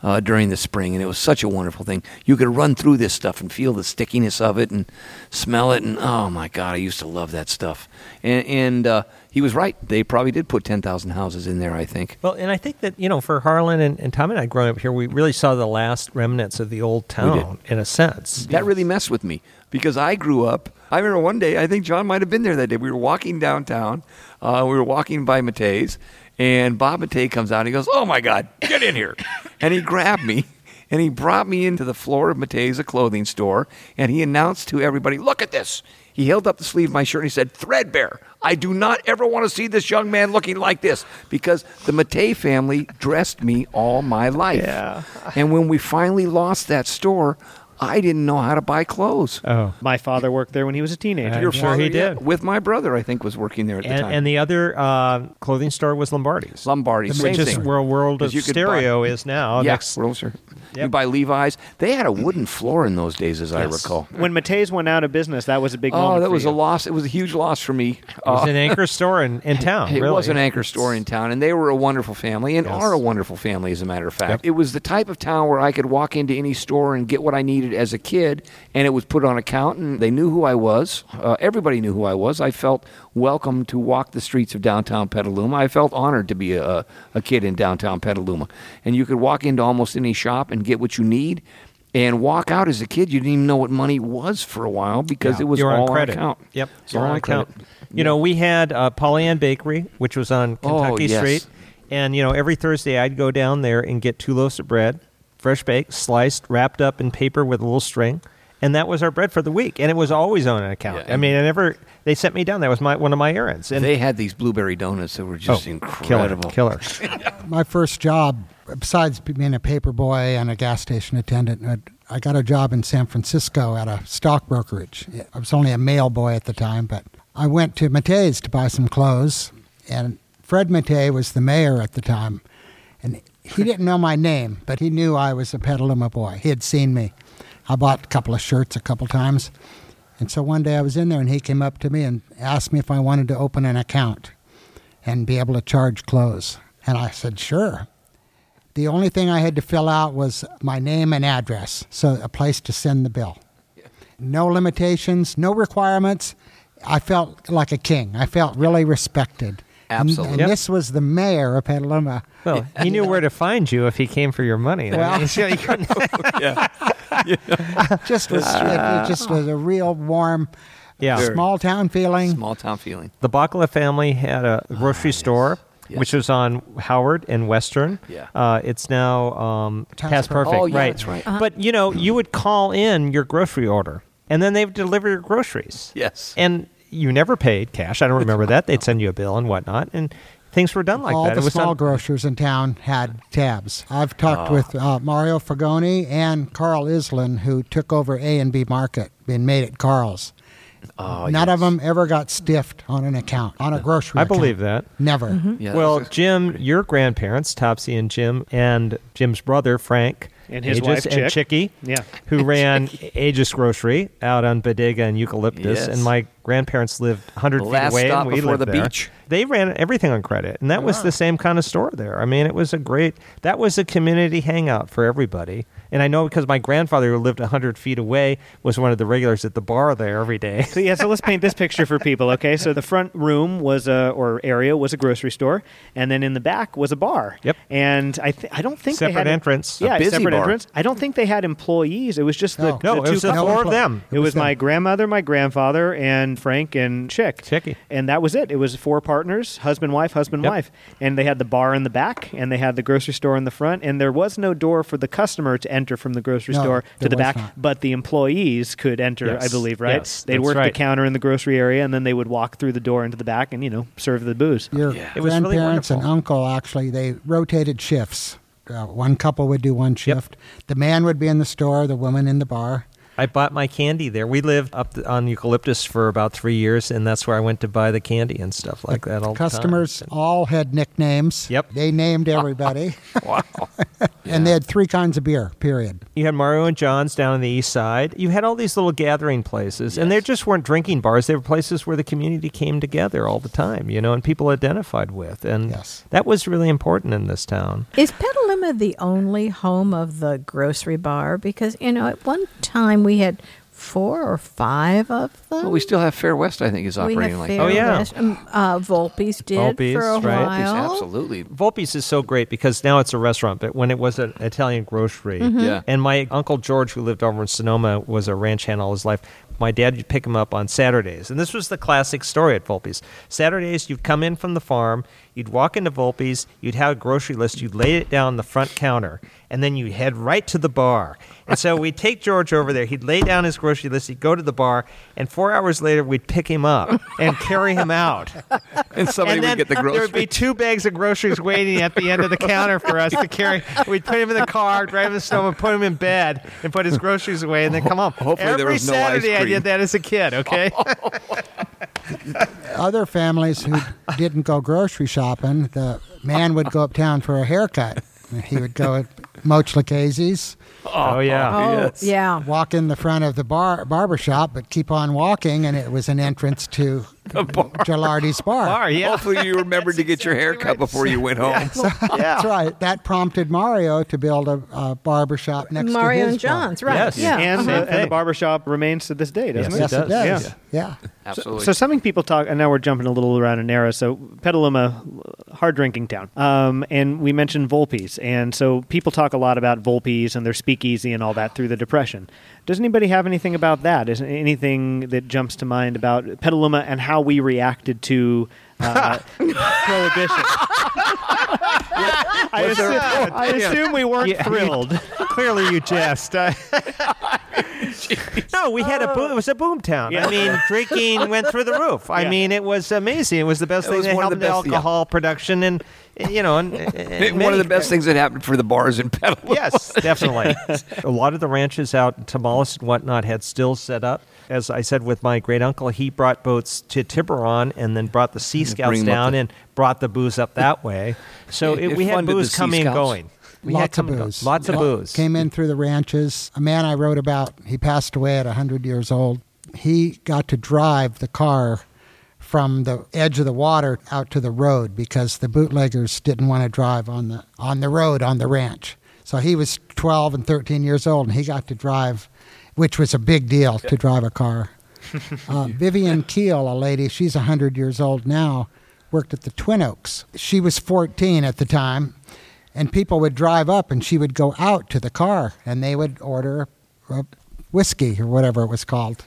C: uh, during the spring, and it was such a wonderful thing. You could run through this stuff and feel the stickiness of it and smell it, and oh my God, I used to love that stuff. And, and uh, he was right; they probably did put ten thousand houses in there. I think.
F: Well, and I think that you know, for Harlan and, and Tom and I growing up here, we really saw the last remnants of the old
C: did.
F: town in a sense.
C: That really messed with me because I grew up. I remember one day, I think John might have been there that day. We were walking downtown. Uh, we were walking by Mate's, and Bob Matei comes out. And he goes, Oh my God, get in here. and he grabbed me and he brought me into the floor of Mate's, a clothing store, and he announced to everybody, Look at this. He held up the sleeve of my shirt and he said, Threadbare. I do not ever want to see this young man looking like this because the Matei family dressed me all my life.
F: Yeah.
C: And when we finally lost that store, I didn't know how to buy clothes.
F: Oh.
B: My father worked there when he was a teenager.
F: Your I'm sure he
C: yeah,
F: did.
C: with my brother, I think, was working there at the
F: And,
C: time.
F: and the other uh, clothing store was Lombardi's.
C: Lombardi,
D: The
C: same
F: which is
C: thing.
F: where World of
C: 'Cause you could
F: Stereo
C: buy,
F: is now.
C: yeah,
F: Next-
C: World of Stereo. You
F: Yep.
C: buy Levi's. They had a wooden floor in those days, as I
F: Yes.
C: recall.
B: When Mateys went out of business, that was a big moment.
C: Oh, that
B: for
C: was
B: you.
C: a loss. It was a huge loss for me. Uh,
F: it was an anchor store in,
C: [laughs]
F: in town.
C: It
F: really.
C: was an anchor store in town, and they were a wonderful family and
F: Yes.
C: are a wonderful family, as a matter of fact.
F: Yep.
C: It was the type of town where I could walk into any store and get what I needed started as a kid, and it was put on account, and they knew who I was. Uh, everybody knew who I was. I felt welcome to walk the streets of downtown Petaluma. I felt honored to be a, a kid in downtown Petaluma. And you could walk into almost any shop and get what you need. And walk out as a kid, you didn't even know what money was for a while because
F: Yeah.
C: it was
F: You're
C: all
F: on credit.
C: account.
F: Yep,
C: It's
F: you're
C: all
F: on
C: on
F: account.
C: credit.
F: You know, we had uh, Polly Ann Bakery, which was on
C: Oh,
F: Kentucky
C: yes.
F: Street, and you know, every Thursday I'd go down there and get two loaves of bread, fresh baked, sliced, wrapped up in paper with a little string, and that was our bread for the week. And it was always on account.
C: Yeah.
F: I mean, I never they sent me down. That was my one of my errands. And
C: they had these blueberry donuts that were just
F: Oh,
C: incredible. [laughs]
F: killer, killer.
D: my first job, besides being a paper boy and a gas station attendant, I- I got a job in San Francisco at a stock brokerage. I was only a mail boy at the time, but I went to Matei's to buy some clothes, and Fred Matei was the mayor at the time, and he didn't know my name, but he knew I was a Petaluma boy. He had seen me. I bought a couple of shirts a couple times, and so one day I was in there, and he came up to me and asked me if I wanted to open an account and be able to charge clothes. And I said, sure. The only thing I had to fill out was my name and address, so a place to send the bill. No limitations, no requirements. I felt like a king. I felt really respected. And-
C: Absolutely.
D: And,
F: Yep.
D: this was the mayor of Petaluma.
F: Well, he knew where to find you if he came for your money.
D: Well-
F: [laughs] you couldn't-
D: [laughs] Just was it, it just was a real warm,
F: yeah.
D: small town feeling.
C: Small town feeling.
F: The Bakla family had a grocery store,
C: Yes.
F: which was on Howard and Western.
C: Yeah.
F: Uh, it's now um,
D: Past
F: Past
D: Perfect.
F: Perfect.
C: Oh, yeah,
F: right.
C: that's right.
F: But, you know, you would call in your grocery order, and then they would deliver your groceries.
C: Yes.
F: [laughs] And you never paid cash. I don't remember that. They'd send you a bill and whatnot, and things were done like
D: all
F: that.
D: the small
F: not-
D: grocers in town had tabs. I've talked
F: Ah.
D: with uh, Mario Fagoni and Carl Islin, who took over A and B Market and made it Carl's.
F: Ah,
D: None of them ever got stiffed on an account, on a grocery.
F: I believe
D: account.
F: that.
D: Never.
C: Yeah,
F: well,
C: that's-
F: Jim, your grandparents, Topsy and Jim, and Jim's brother Frank,
B: And his
F: Aegis
B: wife,
F: and
B: Chick.
F: Chicky,
B: Yeah.
F: who ran Aegis Grocery out on Bodega and Eucalyptus,
C: Yes.
F: and my grandparents lived 100
C: The
F: feet
C: last
F: away,
C: stop
F: and we
C: before
F: lived
C: the
F: there.
C: beach.
F: They ran everything on credit, and that was the same kind of store there. I mean, it was a great. That was a community hangout for everybody. And I know because my grandfather, who lived 100 feet away, was one of the regulars at the bar there every [laughs] day.
B: So yeah, so let's paint this picture for people, okay? So the front room was a or area was a grocery store, and then in the back was a bar.
F: Yep.
B: And I th- I don't think they
F: Separate
B: had
F: entrance. A
B: Yeah,
C: busy
B: separate
C: bar.
B: entrance. I don't think they had employees. It was just the,
D: No.
B: the
F: No, it
B: two
F: was the
B: couples.
F: four
D: employee.
F: of them.
B: It was
D: them.
B: my grandmother, my grandfather, and Frank and Chick.
F: Chicky.
B: And that was it. It was four partners, husband, wife, husband,
F: Yep.
B: wife. And they had the bar in the back and they had the grocery store in the front. And there was no door for the customer to enter from the grocery
D: No,
B: store to
D: there
B: the
D: was
B: back,
D: not.
B: but the employees could enter, I
F: Yes.
B: believe, right?
F: Yes,
B: They'd
F: that's
B: work
F: right.
B: the counter in the grocery area and then they would walk through the door into the back and, you know, serve the booze.
D: Your
C: Yeah.
F: It was really
D: grandparents and
F: wonderful.
D: uncle actually they rotated shifts. Uh, one couple would do one shift. The man would be in the store, the woman in the bar.
F: I bought my candy there. We lived up th- on Eucalyptus for about three years, and that's where I went to buy the candy and stuff like that. All the time. Ah.
D: Customers all had nicknames.
F: Yep.
D: They named
F: [laughs]
D: everybody.
C: wow.
D: and they had three kinds of beer, period.
F: You had Mario and John's down on the east side. You had all these little gathering places, and they just weren't drinking bars. They were places where the community came together all the time, you know, and people identified with, and
D: Yes.
F: that was really important in this town.
E: Is Petaluma the only home of the grocery bar? Because, you know, at one time we had four or five of them.
C: Well, we still have Fair West, I think, is
E: We
C: operating
E: have
C: like
E: Fair
C: that.
F: Oh, yeah.
E: West. Um, uh, Volpe's did
F: Volpe's,
E: for a
F: right.
C: Yes,
E: while.
F: [laughs]
C: absolutely.
F: Volpe's is so great because now it's a restaurant, but when it was an Italian grocery,
C: Yeah.
F: and my uncle George, who lived over in Sonoma, was a ranch hand all his life. My dad would pick him up on Saturdays, and this was the classic story at Volpe's. Saturdays, you'd come in from the farm, you'd walk into Volpe's, you'd have a grocery list, you'd lay it down on the front counter, and then you'd head right to the bar. And so we'd take George over there, he'd lay down his grocery list, he'd go to the bar, and four hours later, we'd pick him up and carry him out.
C: And somebody
F: And
C: would
F: then
C: get the
F: there would
C: grocery.
F: be two bags of groceries waiting at the [laughs] end of the counter for us to carry. We'd put him in the car, drive him to Sonoma, put him in bed, and put his groceries away, and then come home.
C: Hopefully there
F: Every
C: was no ice
F: Saturday I
C: cream.
F: did that as a kid, okay? [laughs]
D: Other families who didn't go grocery shopping, the man would go uptown for a haircut. He would go Moch Lucchese's.
F: Oh, yeah.
E: Oh,
C: Yes.
E: yeah.
D: Walk in the front of the bar barber shop, but keep on walking, and it was an entrance to Gilardi's bar.
F: Bar, yeah.
C: Hopefully, you remembered to get your hair cut before you went home.
F: [laughs]
D: That's right. That prompted Mario to build a, a barber shop next
E: Mario
D: to his
E: and
D: bar.
E: John's, right.
F: Yes.
E: Yeah.
B: and,
F: uh-huh.
B: and the barbershop remains to this day, doesn't
D: Yes,
F: Yes,
B: it?
D: it
F: It
D: does.
F: does.
D: Yeah.
C: Absolutely.
B: So something people talk, and now we're jumping a little around in era. So Petaluma, hard drinking town, um, and we mentioned Volpe's, and so people talk a lot about Volpe's and their speakeasy and all that through the Depression. Does anybody have anything about that? Is there anything that jumps to mind about Petaluma and how we reacted to uh,
F: [laughs]
B: prohibition? I,
F: Was there-
B: assume, I assume we weren't
F: Yeah. [laughs]
B: thrilled.
F: Clearly, you jest. I- no, we had a boom. It was a boom town.
B: Yeah.
F: I mean, drinking went through the roof. I
B: Yeah.
F: mean, it was amazing. It was the best
C: It
F: thing
C: was
F: that
C: one of
F: helped
C: the
F: the,
C: best, yeah.
F: alcohol production, and you know, and, and
C: One of the
F: many-
C: best things that happened for the bars in Petaluma.
F: [laughs] Yes, definitely. [laughs] a lot of the ranches out in Tamales and whatnot had stills set up. As I said with my great uncle, he brought boats to Tiburon and then brought the Sea
C: bring
F: Scouts
C: 'em up
F: down
C: the-
F: and brought the booze up that way. So
C: It-
F: it,
C: it
F: we had
C: funded the
F: booze
C: Sea
F: coming and
C: Scouts.
F: going. We had
D: Lots of
F: coming and go-
D: booze.
F: Lots of
D: Lo-
F: booze.
D: Came in through the ranches. A man I wrote about, he passed away at 100 years old. He got to drive the car from the edge of the water out to the road because the bootleggers didn't want to drive on the on the road on the ranch. So he was 12 and 13 years old and he got to drive which was a big deal to drive a car. Uh, Vivian Keel, a lady, she's 100 years old now, worked at the Twin Oaks. She was 14 at the time, and people would drive up and she would go out to the car and they would order a whiskey or whatever it was called.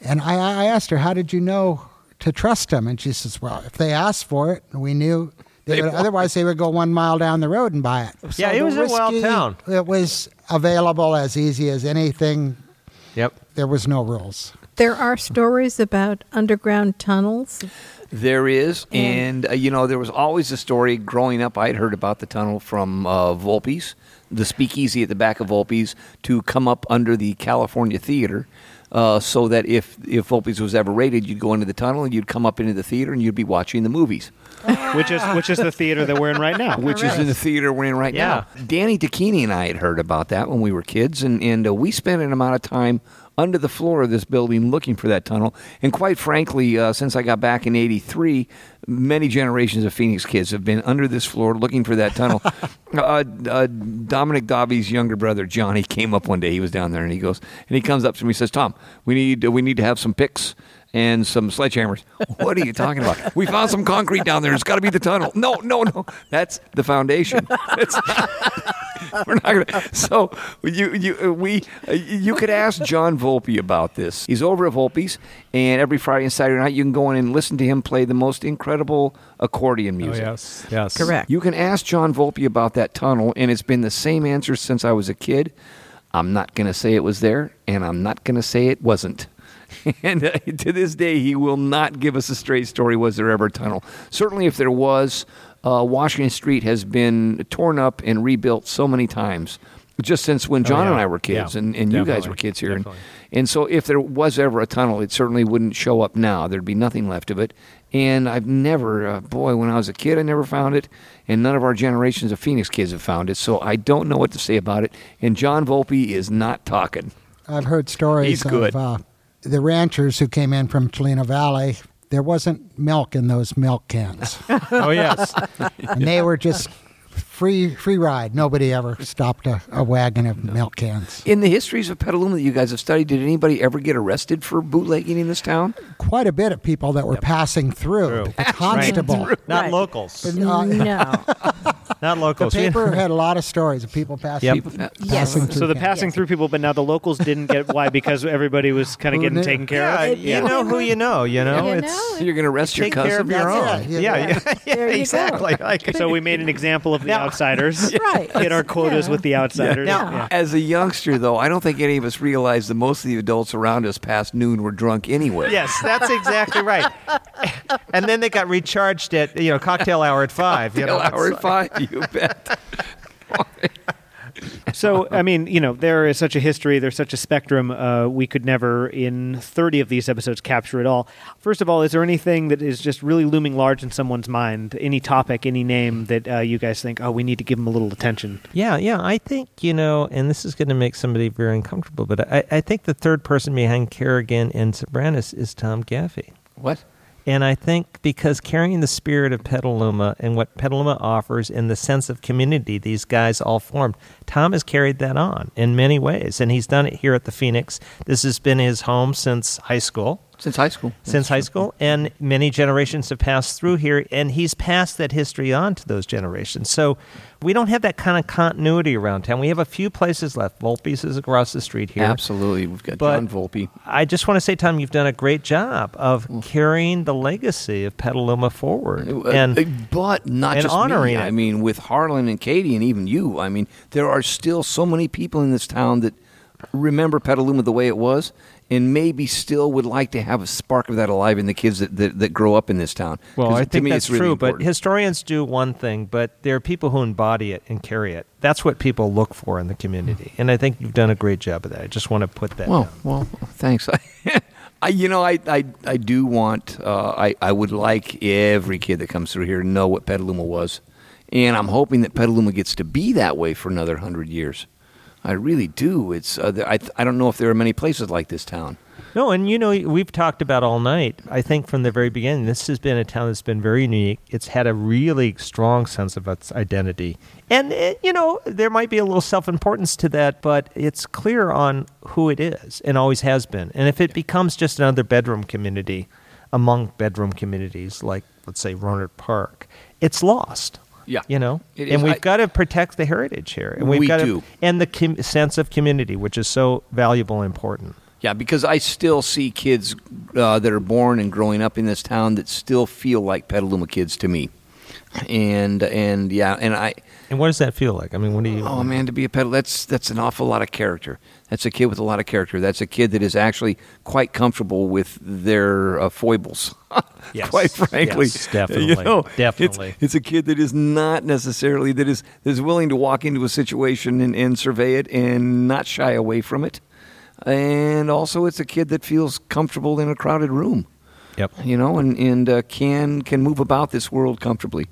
D: And I, I asked her, How did you know to trust them? And she says, Well, if they asked for it, we knew. They
C: They
D: would,
C: wanted
D: otherwise, they would go one mile down the road and buy it.
F: Yeah, it
D: the
F: was a wild
D: whiskey,
F: town.
D: It was available as easy as anything.
F: Yep.
D: There was no rules.
E: There are stories about underground tunnels.
C: There is,
E: Yeah.
C: and uh, you know, there was always a story growing up. I'd heard about the tunnel from uh, Volpe's, the speakeasy at the back of Volpe's, to come up under the California Theater, uh, so that if if Volpe's was ever raided, you'd go into the tunnel and you'd come up into the theater and you'd be watching the movies,
B: [laughs] which is which is the theater that we're in right now.
C: which is in the theater we're in right
F: Yeah.
C: now. Danny Dakini and I had heard about that when we were kids, and and uh, we spent an amount of time. Under the floor of this building, looking for that tunnel, and quite frankly, uh, since I got back in '83, many generations of Phoenix kids have been under this floor looking for that tunnel. uh, uh, Dominic Dobby's younger brother Johnny came up one day. He was down there, and he goes, and he comes up to me, and says, "Tom, we need uh, we need to have some picks." And some sledgehammers. [laughs] What are you talking about? We found some concrete down there. It's got to be the tunnel. No, no, no. That's the foundation. [laughs] That's [laughs] we're not gonna. So you you uh, we uh, you could ask John Volpe about this. He's over at Volpe's, and every Friday and Saturday night you can go in and listen to him play the most incredible accordion music.
F: yes. Yes.
E: Correct.
C: You can ask John Volpe about that tunnel, and it's been the same answer since I was a kid. I'm not going to say it was there, and I'm not going to say it wasn't. [laughs] And uh, to this day, he will not give us a straight story. Was there ever a tunnel? Certainly, if there was, uh, Washington Street has been torn up and rebuilt so many times just since when John
F: yeah.
C: and I were kids,
F: Yeah.
C: and, and you guys
F: Definitely.
C: were kids here. And,
F: Definitely.
C: and so, if there was ever a tunnel, it certainly wouldn't show up now. There'd be nothing left of it. And I've never, uh, boy, when I was a kid, I never found it. And none of our generations of Phoenix kids have found it. So I don't know what to say about it. And John Volpe is not talking.
D: I've heard stories
C: He's good.
D: of uh, the ranchers who came in from Chelino Valley. There wasn't milk in those milk cans,
F: Oh yes.
D: and they were just free free ride. Nobody ever stopped a, a wagon of milk cans.
C: In the histories of Petaluma that you guys have studied, did anybody ever get arrested for bootlegging in this town?
D: Quite a bit of people that were passing through.
F: Through.
D: The constable.
F: Not
E: Right. [laughs]
F: locals.
D: Uh,
E: Mm, no.
F: Not
D: The
F: locals. You
D: paper
F: know.
D: had a lot of stories of people passing,
F: Yep.
C: People-
E: Yes.
D: [laughs] passing through.
B: So the
D: cans.
B: passing through people, but now the locals didn't get why because everybody was kind of
D: Who
B: getting
D: knew?
B: taken care
F: Yeah,
B: of.
F: you know who you know. You know.
E: You
F: it's
E: know,
C: You're going to arrest your
F: take care
C: cousin?
F: of your
D: That's
F: own.
D: it.
F: Yeah.
D: Yeah.
F: Yeah. yeah, [laughs]
E: There
D: [laughs]
E: you go.
F: exactly. Like,
B: So we made an example of the
F: Now- [laughs]
B: outsiders.
E: Right.
B: Hit our quotas
E: Yeah.
B: with the outsiders.
F: Now-
B: Yeah.
C: As a youngster, though, I don't think any of us realized that most of the adults around us past noon were drunk anyway.
F: Yes, that's exactly right. and then they got recharged at you know cocktail hour at five. [laughs] you know,
C: Till
F: it's
C: hour
F: like-
C: five, you bet.
B: So, I mean, you know, there is such a history, there's such a spectrum. Uh, we could never, in 30 of these episodes, capture it all. First of all, is there anything that is just really looming large in someone's mind? Any topic, any name that uh, you guys think, oh, we need to give them a little attention?
F: Yeah, yeah. I think, you know, and this is going to make somebody very uncomfortable, but I, I think the third person behind Kerrigan and Sobranis is Tom Gaffey.
C: What?
F: And I think because carrying the spirit of Petaluma and what Petaluma offers and the sense of community these guys all formed, Tom has carried that on in many ways. And he's done it here at the Phoenix. This has been his home since high school
C: Since high school.
F: since high school, and many generations have passed through here, and he's passed that history on to those generations. So we don't have that kind of continuity around town. We have a few places left. Volpe's is across the street here.
C: Absolutely. We've got
F: But-
C: John Volpe. Mm.
F: I just want to say, Tom, you've done a great job of carrying the legacy of Petaluma forward.
C: Uh, uh,
F: And
C: but not
F: and
C: just
F: honoring
C: me.
F: it.
C: I mean, with Harlan and Katie and even you, I mean, there are still so many people in this town that remember Petaluma the way it was and maybe still would like to have a spark of that alive in the kids that, that, that grow up in this town.
F: well,
C: 'Cause
F: I
C: to
F: think
C: me,
F: that's
C: it's really
F: true, but
C: important.
F: historians do one thing, but there are people who embody it and carry it. That's what people look for in the community. And I think you've done a great job of that. I just want to put that
C: Well,
F: down.
C: well, thanks. [laughs] I, you know, I, I, I do want. Uh, I, I would like every kid that comes through here to know what Petaluma was, and I'm hoping that Petaluma gets to be that way for another hundred years. I really do. It's. Uh, there- I, I don't know if there are many places like this town.
F: No, and you know, we've talked about all night. I think from the very beginning, this has been a town that's been very unique. It's had a really strong sense of its identity. And, eh, you know, there might be a little self importance to that, but it's clear on who it is and always has been. And if it becomes just another bedroom community among bedroom communities like, let's say, Roanert Park, it's lost.
C: Yeah.
F: You know?
C: It
F: and
C: is.
F: we've
C: I-
F: got to protect the heritage here. And we've
C: We
F: got
C: do.
F: To, and the com- sense of community, which is so valuable and important.
C: Yeah, because I still see kids uh, that are born and growing up in this town that still feel like Petaluma kids to me, and and yeah, and I.
F: And what does that feel like? I mean, what do you?
C: Oh man, to be a peddler, that's that's an awful lot of character. That's a kid with a lot of character. That's a kid that is actually quite comfortable with their uh, foibles. [laughs]
F: Yes.
C: quite frankly,
F: Yes, definitely.
C: You know, it's-
F: Definitely.
C: It's, a kid that is not necessarily that is that is willing to walk into a situation and, and survey it and not shy away from it. And also, it's a kid that feels comfortable in a crowded room
F: Yep.
C: you know, and and uh, can can move about this world comfortably.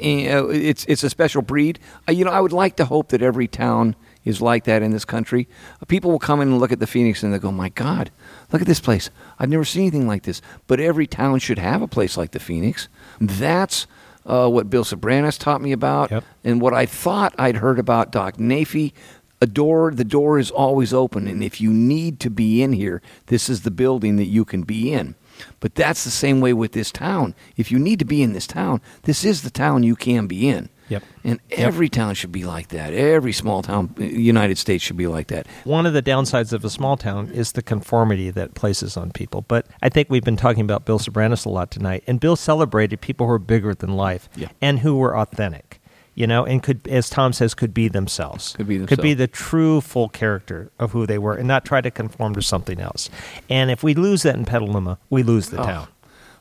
C: And, uh, it's it's a special breed. Uh, you know, I would like to hope that every town is like that in this country. Uh, People will come in and look at the Phoenix and they go, "My God, look at this place! I've never seen anything like this." But every town should have a place like the Phoenix. That's uh, what Bill Sobranis taught me about,
F: Yep.
C: and what I thought I'd heard about Doc Nafee. A door, the door is always open, and if you need to be in here, this is the building that you can be in. But that's the same way with this town. If you need to be in this town, this is the town you can be in.
F: Yep.
C: And every town should be like that. Every small town, uh, United States, should be like that.
F: One of the downsides of a small town is the conformity that places on people. But I think we've been talking about Bill Sobranis a lot tonight, and Bill celebrated people who are bigger than life
C: Yeah.
F: and who were authentic, you know, and could, as Tom says, could be themselves,
C: Could be
F: could be
C: themselves.
F: the true full character of who they were, and not try to conform to something else. And if we lose that in Petaluma, we lose the town.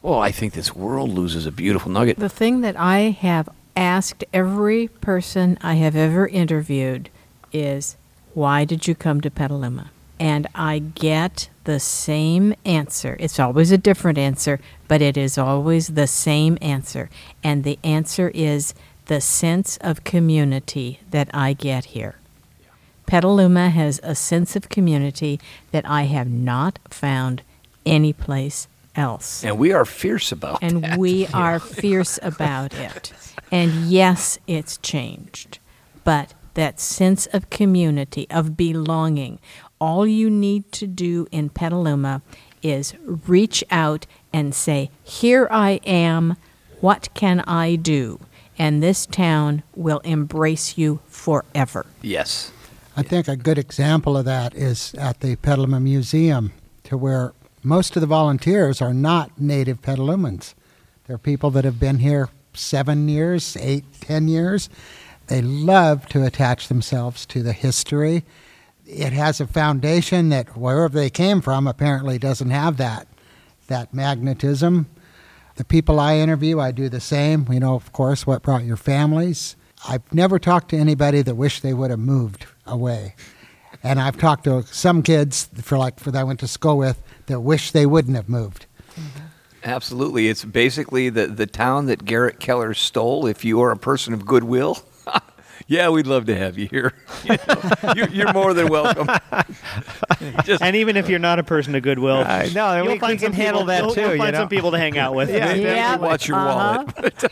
C: Well, Oh, I think this world loses a beautiful nugget.
E: The thing that I have asked every person I have ever interviewed is, why did you come to Petaluma? And I get the same answer. It's always a different answer, but it is always the same answer. And the answer is the sense of community that I get here. Petaluma has a sense of community that I have not found anyplace else
C: And we are fierce about
E: and
C: that.
E: we are fierce about it. And yes, it's changed, but that sense of community, of belonging, all you need to do in Petaluma is reach out and say, Here I am, what can I do? And this town will embrace you forever.
C: Yes.
D: I think a good example of that is at the Petaluma Museum, to where most of the volunteers are not native Petalumans. They're people that have been here seven years, eight, ten years. They love to attach themselves to the history. It has a foundation that wherever they came from apparently doesn't have that that magnetism. The people I interview, I do the same. You know, of course, what brought your families. I've never talked to anybody that wished they would have moved away. And I've talked to some kids for like for that I went to school with that wish they wouldn't have moved.
C: Absolutely. It's basically the, the town that Garrett Keller stole. If you are a person of goodwill, [laughs] yeah, we'd love to have you here. [laughs] You know, you're, you're more than welcome. [laughs] Just-
B: And even if you're not a person of goodwill,
C: I
F: know, and
B: you'll
F: we-
B: find
F: we can
B: some
F: handle
B: people-
F: that
B: you'll-
F: too,
B: You'll
F: you
B: find
F: know?
B: some people to hang out
C: [laughs]
B: with.
F: Yeah.
E: Yeah.
C: watch your
E: Uh-huh.
C: wallet.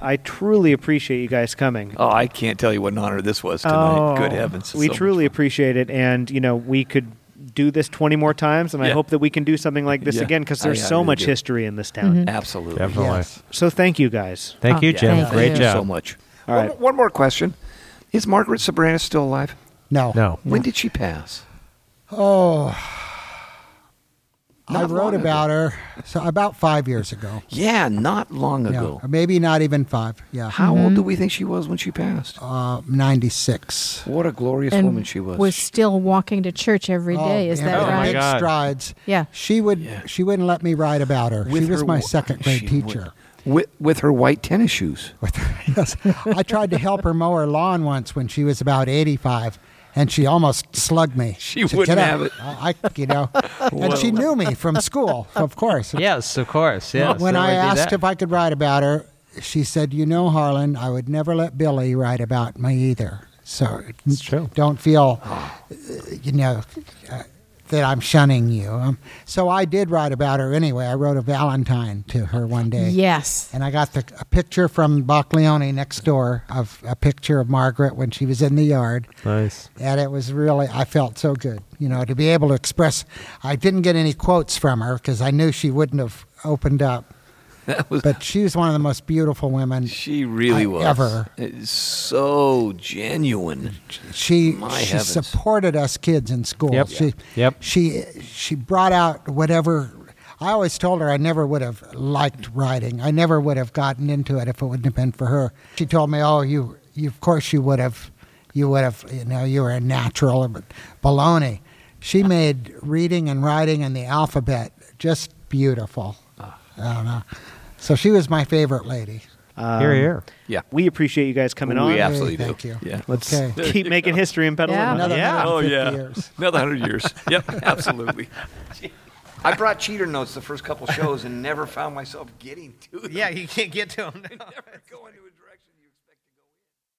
B: I truly appreciate you guys coming.
C: Oh, I can't tell you what an honor this was tonight.
B: Oh,
C: Good heavens. it's
B: We
C: so much
B: truly
C: fun.
B: appreciate it, and you know we could do this 20 more times, and I
C: Yeah.
B: hope that we can do something like this
C: Yeah.
B: again because
C: I-
B: there's
C: I
B: so
C: really
B: much
C: do.
B: history in this town.
C: Mm-hmm. Absolutely.
F: Definitely.
D: Yes.
B: So thank you guys.
F: Thank you,
E: Oh,
F: Jim.
E: thank
F: Great
E: you.
F: job.
C: so much.
B: All
C: One-
B: right.
C: one more question. Is Margaret Sabrina still alive?
D: No.
F: No.
C: When did she pass?
D: Oh. I
C: Not long
D: wrote
C: ago.
D: about her so about five years ago.
C: Yeah, not long
D: Yeah.
C: ago.
D: Or maybe not even five. Yeah.
C: How old do we think she was when she passed?
D: Uh, 96.
C: What a glorious
E: and
C: woman she was.
E: still walking to church every day. Is
D: yeah,
E: that
F: Oh, my
E: right?
D: Big
F: God.
D: strides.
E: Yeah.
D: She would.
C: Yeah.
D: She wouldn't let me write about her. she was
C: her
D: my
C: wh-
D: second grade
C: she
D: teacher.
C: would- With, with her white tennis shoes.
D: With her, [laughs] yes, I tried to help her mow her lawn once when she was about 85, and she almost slugged me.
C: She
D: said,
C: wouldn't
D: "Get up."
C: have it.
D: I, I- you know, and she knew me from school, of course.
F: Yes, of course. Yes.
D: when
F: that
D: I
F: would be
D: asked
F: that.
D: if I could write about her, she said, "You know, Harlan, I would never let Billy write about me either. So
F: It's true.
D: don't feel, uh, you know, uh, that I'm shunning you." Um, so I did write about her anyway. I wrote a Valentine to her one day.
E: Yes.
D: And I got the, a picture from Bocleone next door of a picture of Margaret when she was in the yard.
F: Nice.
D: And it was really, I felt so good, you know, to be able to express. I didn't get any quotes from her because I knew she wouldn't have opened up.
C: [laughs] That was
D: But she was one of the most beautiful women.
C: she really
D: I-
C: was
D: ever.
C: It's so genuine.
D: She
C: My
D: she
C: heavens.
D: supported us kids in school.
F: Yep.
D: She
F: Yep.
D: she she brought out whatever. I always told her I never would have liked writing. I never would have gotten into it if it wouldn't have been for her. She told me, "Oh, you you of course you would have, you would have you know you were a natural." But baloney.
F: [laughs]
D: She made reading and writing and the alphabet just beautiful.
C: Ah.
D: I don't know. So she was my favorite lady.
F: here, here.
C: Yeah.
B: We appreciate you guys coming on.
C: we absolutely
D: Hey, thank
C: do.
D: you.
C: Yeah.
B: Let's
D: Okay.
B: keep making history in Petaluma.
E: Yeah.
D: Another
F: Yeah.
D: 150 years.
C: Another hundred [laughs] years. yep. Absolutely. I brought cheater notes the first couple shows and never found myself getting to it. [laughs]
F: you can't get to him.
C: Never going to a direction.